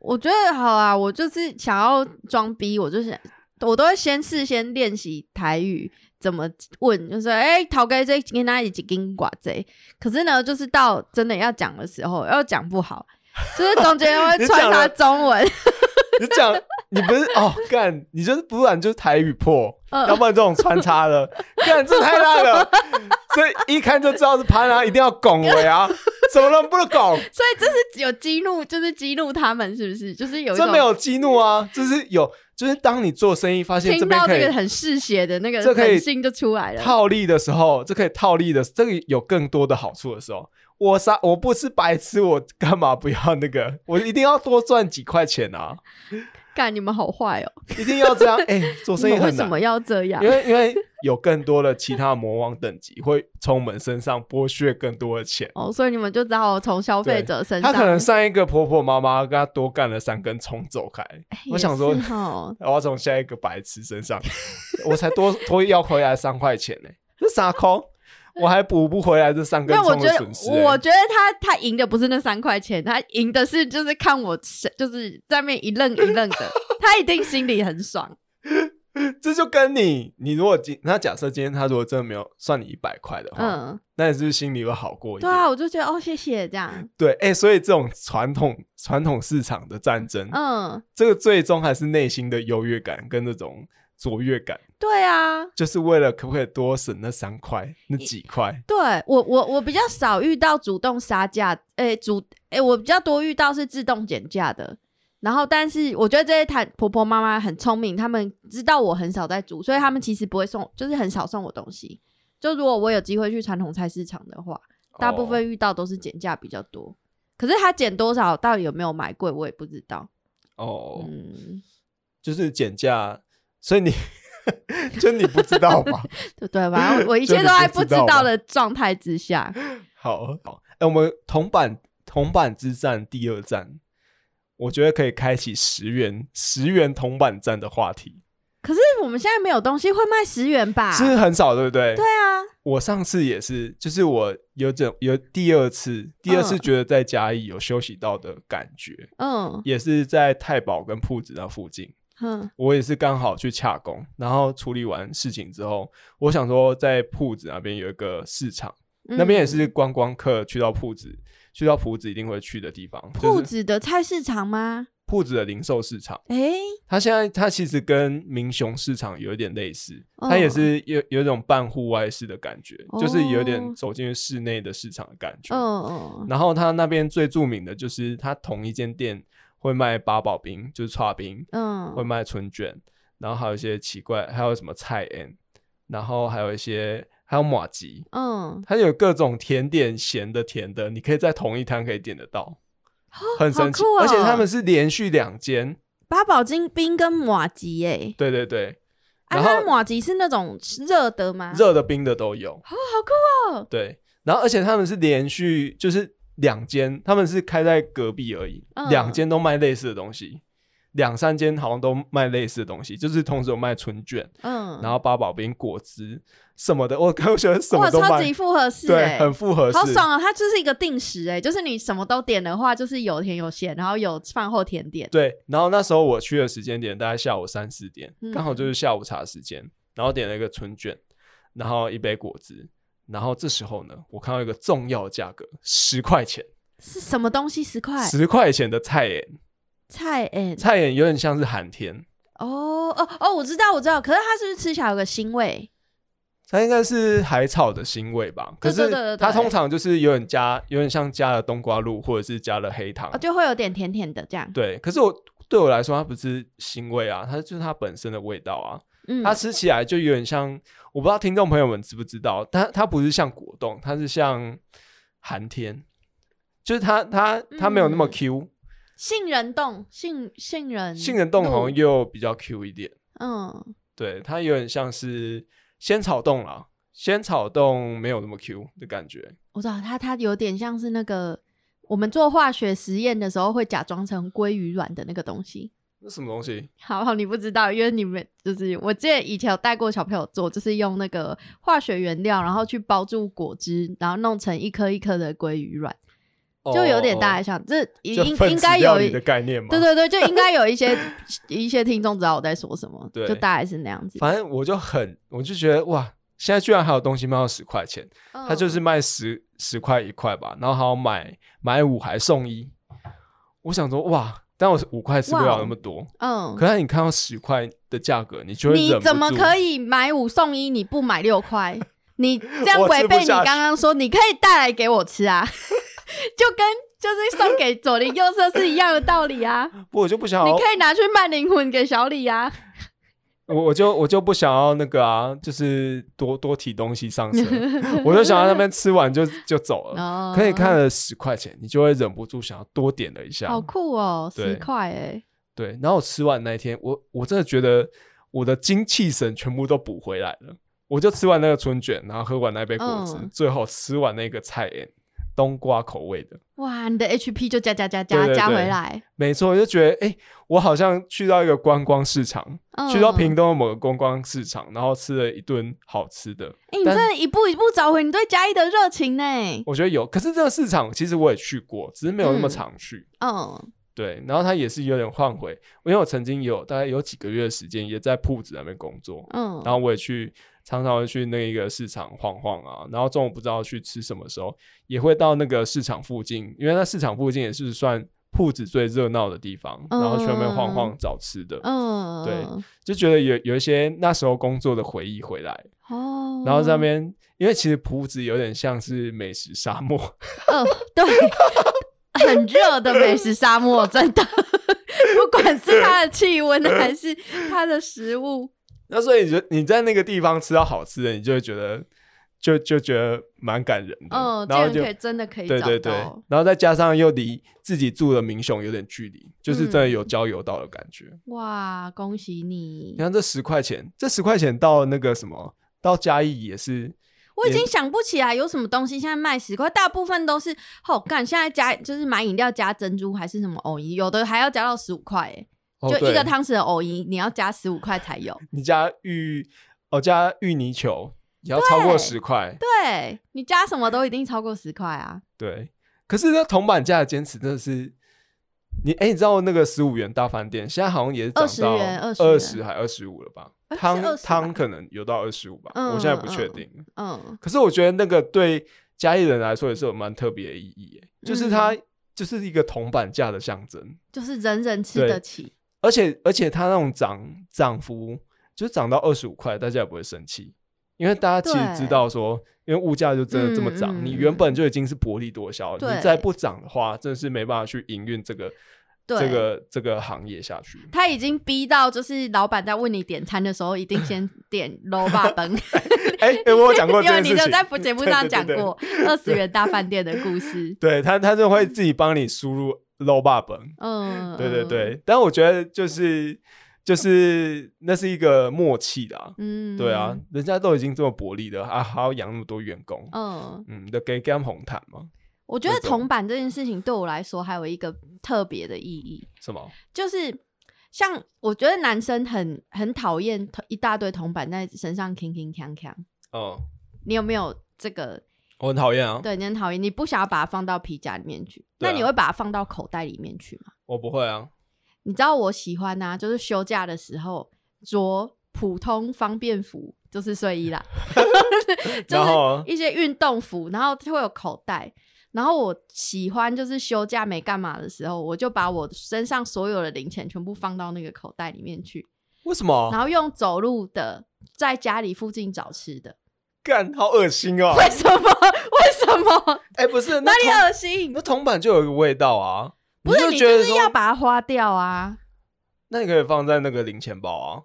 Speaker 2: 我觉得好啊，我就是想要装逼，我就是我都会先事先练习台语怎么问，就是哎，陶哥这跟他一起跟寡贼，可是呢，就是到真的要讲的时候，又讲不好，就是中间会
Speaker 1: 你
Speaker 2: 穿
Speaker 1: 讲
Speaker 2: 插
Speaker 1: 了
Speaker 2: 中文，
Speaker 1: 你讲，你不是哦，干，你就是不然就是台语破，
Speaker 2: 嗯
Speaker 1: 要不然这种穿插的，干这太烂了，这一看就知道是潘啊，一定要拱我呀，怎么能不能拱？
Speaker 2: 所以这是有激怒，就是激怒他们，是不是？就是有一
Speaker 1: 这
Speaker 2: 种
Speaker 1: 没有激怒啊，这是有，就是当你做生意发现这
Speaker 2: 听
Speaker 1: 边
Speaker 2: 到
Speaker 1: 可
Speaker 2: 这个
Speaker 1: 以
Speaker 2: 很嗜血的那个
Speaker 1: 这可以
Speaker 2: 人性就出来了。
Speaker 1: 套利的时候，这可以套利的，这个有更多的好处的时候。我啥？我不是白痴，我干嘛不要那个？我一定要多赚几块钱啊！
Speaker 2: 干，你们好坏哦！
Speaker 1: 一定要这样。哎、做生
Speaker 2: 你
Speaker 1: 意
Speaker 2: 们为
Speaker 1: 很
Speaker 2: 什
Speaker 1: 难
Speaker 2: 么。要这样
Speaker 1: 因？为因为有更多的其他魔王等级会从我们身上剥削更多的钱。
Speaker 2: 哦，所以你们就只好从消费
Speaker 1: 对
Speaker 2: 者身上。
Speaker 1: 他可能上一个婆婆妈妈跟他多干了三根葱走开，我想说
Speaker 2: 哎也是哦，
Speaker 1: 我要从下一个白痴 身上，我才多多要回来三块钱呢、这傻抠，我还补不回来这三根
Speaker 2: 那我
Speaker 1: 葱
Speaker 2: 觉
Speaker 1: 的
Speaker 2: 得
Speaker 1: 损失、，
Speaker 2: 我
Speaker 1: 欸。
Speaker 2: 觉得他他赢的不是那三块钱，他赢的是就是看我是就是在面一愣一愣 的，他一定心里很爽。
Speaker 1: 这就跟你，你如果今那假设今天他如果真的没有算你一百块的话，
Speaker 2: 嗯，
Speaker 1: 那你是不是心里会好过一
Speaker 2: 对
Speaker 1: 点？
Speaker 2: 啊，我就觉得哦，谢谢这样。
Speaker 1: 对，哎、所以这种传统传统市场的战争，
Speaker 2: 嗯，
Speaker 1: 这个最终还是内心的优越感跟那种卓越感，
Speaker 2: 对啊，
Speaker 1: 就是为了可不可以多省那三块、那几块。
Speaker 2: 对我我我比较少遇到主动杀价，诶、主诶、我比较多遇到是自动减价的。然后，但是我觉得这些她婆婆妈妈很聪明，他们知道我很少在煮，所以他们其实不会送，就是很少送我东西。就如果我有机会去传统菜市场的话，大部
Speaker 1: 哦
Speaker 2: 分遇到都是减价比较多。可是他减多少，到底有没有买贵，我也不知道。
Speaker 1: 哦，哦
Speaker 2: 嗯，
Speaker 1: 就是减价，所以你 就你不知道嘛？
Speaker 2: 对对，反正我我一切
Speaker 1: 真
Speaker 2: 都
Speaker 1: 的
Speaker 2: 在
Speaker 1: 不
Speaker 2: 不
Speaker 1: 知
Speaker 2: 知
Speaker 1: 道
Speaker 2: 道
Speaker 1: 吧
Speaker 2: 的状态之下。
Speaker 1: 好好，哎、我们铜板铜板之战第二站，我觉得可以开启十元十元铜板战的话题，
Speaker 2: 可是我们现在没有东西会卖十元吧？
Speaker 1: 是不是很少，对不对？
Speaker 2: 啊对啊，
Speaker 1: 我上次也是，就是我有种有第二次，第二次
Speaker 2: 嗯
Speaker 1: 觉得在嘉义有休息到的感觉，
Speaker 2: 嗯
Speaker 1: 也是在太保跟铺子那附近。
Speaker 2: 哼
Speaker 1: 我也是刚好去洽工，然后处理完事情之后，我想说在铺子那边有一个市场，
Speaker 2: 嗯
Speaker 1: 那边也是观光客去到铺子，去到铺子一定会去的地方，
Speaker 2: 铺
Speaker 1: 就是
Speaker 2: 子的菜市场吗？
Speaker 1: 铺子的零售市场。
Speaker 2: 诶，
Speaker 1: 它现在它其实跟民雄市场有一点类似，
Speaker 2: 嗯
Speaker 1: 它也是有有一种半户外式的感觉，
Speaker 2: 哦
Speaker 1: 就是有点走进室内的市场的感
Speaker 2: 嗯
Speaker 1: 觉。
Speaker 2: 嗯
Speaker 1: 然后它那边最著名的就是它同一间店会卖八宝冰，就是刨冰，
Speaker 2: 嗯
Speaker 1: 会卖春卷，然后还有一些奇怪，还有什么菜end，然后还有一些还有马吉，
Speaker 2: 嗯，
Speaker 1: 它有各种甜点，咸的、甜的，你可以在同一摊可以点得到，很神奇。
Speaker 2: 哦好酷哦
Speaker 1: 而且他们是连续两间，
Speaker 2: 八宝金冰跟马吉耶，
Speaker 1: 对对对，
Speaker 2: 啊，
Speaker 1: 然
Speaker 2: 它的
Speaker 1: 后
Speaker 2: 马吉是那种热的吗？
Speaker 1: 热的、冰的都有。
Speaker 2: 啊哦，好酷哦，
Speaker 1: 对，然后而且他们是连续就是两间，他们是开在隔壁而已，
Speaker 2: 嗯
Speaker 1: 两间都卖类似的东西，两三间好像都卖类似的东西，就是同时有卖春卷，
Speaker 2: 嗯，
Speaker 1: 然后八宝冰、果汁什么的，我 我觉得什么
Speaker 2: 哇，
Speaker 1: 都
Speaker 2: 超
Speaker 1: 卖
Speaker 2: 级，复合式
Speaker 1: 对，
Speaker 2: 哎，
Speaker 1: 很复合式，
Speaker 2: 好爽哦！它就是一个定时哎，就是你什么都点的话，就是有甜有咸，然后有饭后甜点。
Speaker 1: 对，然后那时候我去的时间点大概下午三四点，
Speaker 2: 嗯
Speaker 1: 刚好就是下午茶时间，然后点了一个春卷，然后一杯果汁，然后这时候呢，我看到一个重要的价格，十块钱，
Speaker 2: 是什么东西？十块
Speaker 1: 十块钱的菜眼，
Speaker 2: 菜哎，
Speaker 1: 菜眼有点像是寒天，
Speaker 2: 哦哦哦，我知道我知道，可是它是不是吃起来有个腥味？
Speaker 1: 它应该是海草的腥味吧，可
Speaker 2: 对对对
Speaker 1: 是
Speaker 2: 对对
Speaker 1: 它通常就是有点加，有点像加了冬瓜露或者是加了黑糖
Speaker 2: 啊，，就会有点甜甜的这样。
Speaker 1: 对，可是我。对我来说，它不是腥味啊，它就是它本身的味道啊。
Speaker 2: 嗯，
Speaker 1: 它吃起来就有点像，我不知道听众朋友们知不知道，它它不是像果冻，它是像寒天，就是它它它没有那么
Speaker 2: 嗯
Speaker 1: Q，、
Speaker 2: 杏仁冻，杏杏仁
Speaker 1: 杏仁冻好
Speaker 2: 露
Speaker 1: 像又比较 Q 一点，
Speaker 2: 嗯
Speaker 1: 对，它有点像是仙草冻啦，仙草冻没有那么 Q 的感觉，，
Speaker 2: 我知道它它有点像是那个我们做化学实验的时候会假装成鲑鱼卵的那个东西。
Speaker 1: 那什么东西？
Speaker 2: 好好，你不知道，因为你们就是我记得以前有带过小朋友做，就是用那个化学原料，然后去包住果汁，然后弄成一颗一颗的鲑鱼卵，就有点大
Speaker 1: 哦，
Speaker 2: 家想，这
Speaker 1: 就
Speaker 2: 应
Speaker 1: 分
Speaker 2: 应
Speaker 1: 子
Speaker 2: 该
Speaker 1: 料
Speaker 2: 有
Speaker 1: 理
Speaker 2: 一
Speaker 1: 的概念嘛，
Speaker 2: 对对对，就应该有一 些一些听众知道我在说什么，
Speaker 1: 对
Speaker 2: 就大概是那样子。
Speaker 1: 反正我就很，我就觉得哇，现在居然还有东西卖到十块钱。他就是
Speaker 2: 嗯
Speaker 1: 卖十十块一块吧，然后还要买买五还送一。我想说哇，但我五块吃不
Speaker 2: 哇
Speaker 1: 了
Speaker 2: 哦
Speaker 1: 那么多，
Speaker 2: 嗯，
Speaker 1: 可是你看到十块的价格，你就会
Speaker 2: 你
Speaker 1: 忍不
Speaker 2: 怎么
Speaker 1: 住
Speaker 2: 可以买五送一，你不买六 块？你这样
Speaker 1: 我吃
Speaker 2: 违
Speaker 1: 不
Speaker 2: 背你
Speaker 1: 下去
Speaker 2: 刚刚说，你可以带来给我吃 啊，就跟就是送给左邻右舍是一样的道理 啊。
Speaker 1: 我就不想
Speaker 2: 你
Speaker 1: 要
Speaker 2: 可，以拿去卖灵魂给小李 啊。
Speaker 1: 我我就我就不想要那个啊，就是多多提东西上车， 我就想要那边吃完就就走了。
Speaker 2: 哦
Speaker 1: 可以看了十块钱，你就会忍不住想要多点了一下。
Speaker 2: 好酷哦，
Speaker 1: 对
Speaker 2: 十块哎，
Speaker 1: 对，然后我吃完那一天，我我真的觉得我的精气神全部都补回来了。我就吃完那个春卷，然后喝完那杯果汁，
Speaker 2: 嗯
Speaker 1: 最后吃完那个菜园冬瓜口味的。
Speaker 2: 哇，你的 HP 就加加加
Speaker 1: 对
Speaker 2: 加
Speaker 1: 对
Speaker 2: 加
Speaker 1: 对
Speaker 2: 回来，
Speaker 1: 没错，我就觉得哎、诶我好像去到一个观光市场，
Speaker 2: 嗯
Speaker 1: 去到屏东的某个观光市场，然后吃了一顿好吃的。
Speaker 2: 哎、你
Speaker 1: 但
Speaker 2: 真的一步一步找回你对嘉义的热情呢。
Speaker 1: 我觉得有，可是这个市场其实我也去过，只是没有那么
Speaker 2: 嗯
Speaker 1: 常去。
Speaker 2: 嗯，
Speaker 1: 对，然后它也是有点换回，因为我曾经有大概有几个月的时间也在铺子那边工作，
Speaker 2: 嗯，
Speaker 1: 然后我也去常常会去那个市场晃晃啊，然后中午不知道去吃什么时候，也会到那个市场附近，因为那市场附近也是算铺子最热闹的地方，然后去那边晃晃找吃的，
Speaker 2: 嗯，
Speaker 1: 对就觉得有有一些那时候工作的回忆回来，
Speaker 2: 哦，
Speaker 1: 然后在那边，因为其实铺子有点像是美食沙漠，
Speaker 2: 嗯，对，很热的美食沙漠，真的。不管是它的气温还是它的食物，
Speaker 1: 那所以你觉得你在那个地方吃到好吃的，你就会觉得就就觉得蛮感人的，
Speaker 2: 嗯，这
Speaker 1: 然后
Speaker 2: 样
Speaker 1: 就
Speaker 2: 可以真的可以
Speaker 1: 对
Speaker 2: 找
Speaker 1: 对对
Speaker 2: 到，。
Speaker 1: 然后再加上又离自己住的民雄有点距离，就是真的
Speaker 2: 嗯
Speaker 1: 有郊游到的感觉。
Speaker 2: 哇，恭喜你
Speaker 1: 你！看这十块钱，这十块钱到那个什么，到嘉义也是
Speaker 2: 我已经想不起来有什么东西现在卖十块，大部分都是好干、现在加就是买饮料加珍珠还是什么藕姨，有的还要加到十五块，哎、
Speaker 1: 哦，
Speaker 2: 就一个
Speaker 1: 对，
Speaker 2: 汤匙的藕姨你要加十五块才 有。
Speaker 1: 你加芋哦加芋泥球也要超过
Speaker 2: 对
Speaker 1: 十块，
Speaker 2: 对你加什么都一定超过十块啊！
Speaker 1: 对。可是那铜板价的坚持真的是。你哎、你知道那个十五元大饭店现在好像也是涨
Speaker 2: 20
Speaker 1: 到
Speaker 2: 元20
Speaker 1: 二
Speaker 2: 元
Speaker 1: 十还二十五了吧？
Speaker 2: 哎是
Speaker 1: 汤
Speaker 2: 20吧
Speaker 1: 汤可能有到二十五吧，
Speaker 2: 嗯
Speaker 1: 我现在不确
Speaker 2: 嗯
Speaker 1: 定。
Speaker 2: 嗯，
Speaker 1: 可是我觉得那个对嘉义人来说也是有蛮特别的意义耶，
Speaker 2: 嗯
Speaker 1: 就是它就是一个铜板价的象征，
Speaker 2: 就是人人吃得起。
Speaker 1: 而且而且它那种涨涨幅就是涨到二十五块，大家也不会生气，因为大家其实
Speaker 2: 对
Speaker 1: 知道说，因为物价就真的这么涨，
Speaker 2: 嗯嗯
Speaker 1: 你原本就已经是薄利多销，
Speaker 2: 对
Speaker 1: 你再不涨的话，真的是没办法去营运这个
Speaker 2: 对
Speaker 1: 这个这个行业下去。
Speaker 2: 他已经逼到，就是老板在问你点餐的时候，一定先点 low 霸本，
Speaker 1: 哎、哎我有讲过这
Speaker 2: 因为
Speaker 1: 件
Speaker 2: 你
Speaker 1: 事
Speaker 2: 就
Speaker 1: 情，
Speaker 2: 在节目上讲过二十元大饭店的故事。
Speaker 1: 对他他就会自己帮你输入 low 霸本。
Speaker 2: 嗯，
Speaker 1: 对对对，但我觉得就是就是那是一个默契的、啊，
Speaker 2: 嗯，嗯，
Speaker 1: 对啊，人家都已经这么薄利了，啊，还要养那么多员工，
Speaker 2: 嗯，
Speaker 1: 嗯，就给给他们红毯嘛，
Speaker 2: 我觉得
Speaker 1: 那种
Speaker 2: 铜板这件事情对我来说还有一个特别的意义，
Speaker 1: 什么？
Speaker 2: 就是像我觉得男生很很讨厌一大堆铜板在身上铿铿锵锵，
Speaker 1: 哦，
Speaker 2: 你有没有这个？
Speaker 1: 我很讨厌啊，
Speaker 2: 对，你很讨厌，你不想要把它放到皮夹里面去，
Speaker 1: 对啊
Speaker 2: 那你会把它放到口袋里面去吗？
Speaker 1: 我不会啊，
Speaker 2: 你知道我喜欢呐、就是休假的时候着普通方便服，就是睡衣啦，就
Speaker 1: 然
Speaker 2: 是
Speaker 1: 后啊
Speaker 2: 一些运动服，然后会有口袋。然后我喜欢就是休假没干嘛的时候，我就把我身上所有的零钱全部放到那个口袋里面去，
Speaker 1: 为什么
Speaker 2: 然后用走路的在家里附近找吃的。
Speaker 1: 干好恶心哦？
Speaker 2: 为什么？ 为什么？
Speaker 1: 哎，不是，
Speaker 2: 哪
Speaker 1: 那
Speaker 2: 里
Speaker 1: 铜
Speaker 2: 恶心？
Speaker 1: 那铜板就有一个味道啊，
Speaker 2: 不是
Speaker 1: 就
Speaker 2: 你
Speaker 1: 觉
Speaker 2: 就
Speaker 1: 得
Speaker 2: 是
Speaker 1: 说，
Speaker 2: 要把它花掉啊？
Speaker 1: 那你可以放在那个零钱包啊，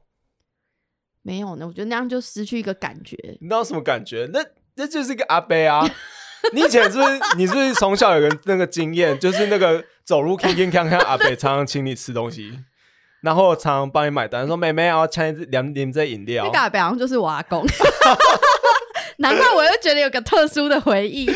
Speaker 2: 没有呢，我觉得那样就失去一个感觉。
Speaker 1: 你知道什么感觉？那那就是一个阿伯啊！ 你以前是不是你是不是从小有个那个经验，就是那个走路铿铿锵锵阿伯常常请你吃东西， 然后常常帮你买单，说妹妹啊，我要签一支两两这饮料
Speaker 2: 那个。阿伯好像就是我阿公， 难怪我又觉得有个特殊的回忆。 我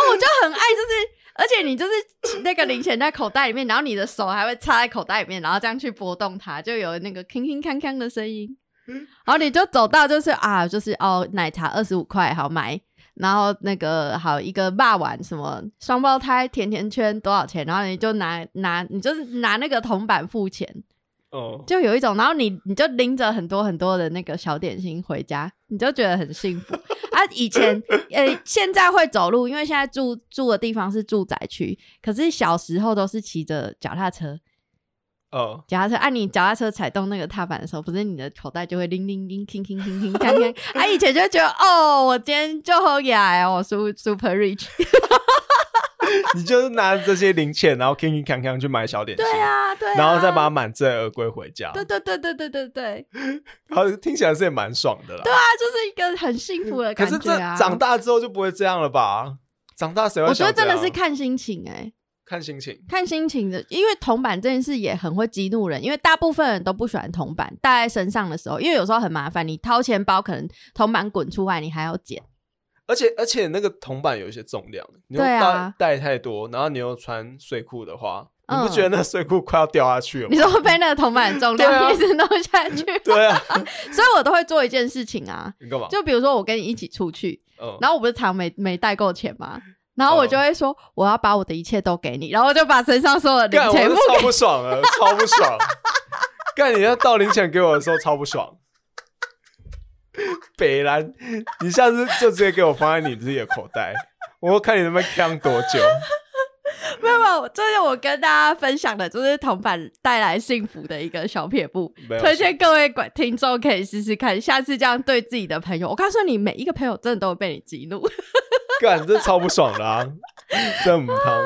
Speaker 2: 我就很爱，就是而且你就是那个零钱在口袋里面，然后你的手还会插在口袋里面，然后这样去拨动它，就有那个铿铿锵锵的声音。然后你就走到就是啊，就是哦，奶茶二十五块好买，然后那个好一个霸碗什么双胞胎甜甜圈多少钱？然后你就拿拿你就是拿那个铜板付钱。
Speaker 1: 哦，
Speaker 2: 就有一种，然后你你就拎着很多很多的那个小点心回家，你就觉得很幸福 啊。以前呃，现在会走路，因为现在住住的地方是住宅区，可是小时候都是骑着脚踏车，
Speaker 1: 哦，
Speaker 2: 脚踏车，按、啊你脚踏车踩动那个踏板的时候，不是你的口袋就会铃铃铃、叮叮叮叮锵 锵。啊，以前就觉得哦，我今天就好呀，我 super super rich。
Speaker 1: 你就是拿这些零钱，然后铿铿锵锵去买小点 心，
Speaker 2: 对啊，对啊，
Speaker 1: 然后再把它满载而归回家，
Speaker 2: 对对对对对对对，
Speaker 1: 然后听起来是也蛮爽的啦。
Speaker 2: 对啊，就是一个很幸福的
Speaker 1: 可
Speaker 2: 感
Speaker 1: 是
Speaker 2: 觉
Speaker 1: 这
Speaker 2: 啊。
Speaker 1: 长大之后就不会这样了吧？长大谁会
Speaker 2: 我
Speaker 1: 想这
Speaker 2: 觉
Speaker 1: 样？
Speaker 2: 得真的是看心情哎、
Speaker 1: 看心情。
Speaker 2: 看心情的，因为铜板这件事也很会激怒人，因为大部分人都不喜欢铜板戴在身上的时候，因为有时候很麻烦，你掏钱包可能铜板滚出来，你还要捡。
Speaker 1: 而且而且那个铜板有一些重量，你又
Speaker 2: 对
Speaker 1: 带、
Speaker 2: 啊
Speaker 1: 带太多，然后你又穿睡裤的话，
Speaker 2: 嗯
Speaker 1: 你不觉得那个睡裤快要掉下去了
Speaker 2: 你
Speaker 1: 吗？
Speaker 2: 说被那个铜板的重
Speaker 1: 对啊
Speaker 2: 量一直弄下去，
Speaker 1: 对啊，
Speaker 2: 所以我都会做一件事情啊，
Speaker 1: 你干嘛？
Speaker 2: 就比如说我跟你一起出去，
Speaker 1: 嗯，
Speaker 2: 然后我不是常没没带够钱吗？然后我就会说我要把我的一切都给你，然后我就把身上所有的零
Speaker 1: 干，我
Speaker 2: 钱
Speaker 1: 是
Speaker 2: 付
Speaker 1: 超不爽了，超不爽。干，你要倒零钱给我的时候超不爽。 北兰，你下次就直接给我放在你自己的口袋，我看你能不能扛多久。
Speaker 2: 没有，没有，这是我跟大家分享的，就是铜板带来幸福的一个小撇步
Speaker 1: 没有，
Speaker 2: 推荐各位观听众可以试试看，下次这样对自己的朋友，我告诉你，每一个朋友真的都会被你激怒。
Speaker 1: 干，这超不爽的、啊，这母汤。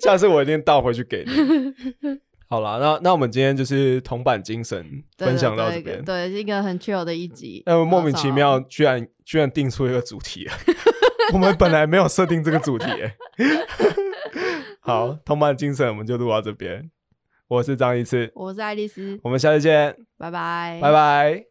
Speaker 1: 下次我一定倒回去给你。好啦，那那我们今天就是铜板精神
Speaker 2: 对
Speaker 1: 分
Speaker 2: 对
Speaker 1: 享到
Speaker 2: 对
Speaker 1: 这边。
Speaker 2: 对，是一个很 chill 的一集。
Speaker 1: 那么莫名其
Speaker 2: 好
Speaker 1: 妙，居然居然定出一个主题了 我们本来没有设定这个主题、欸。 好，铜板精神我们就录到这边。我是张一次，
Speaker 2: 我是爱丽丝，
Speaker 1: 我们下次见，
Speaker 2: 拜拜，
Speaker 1: 拜。拜。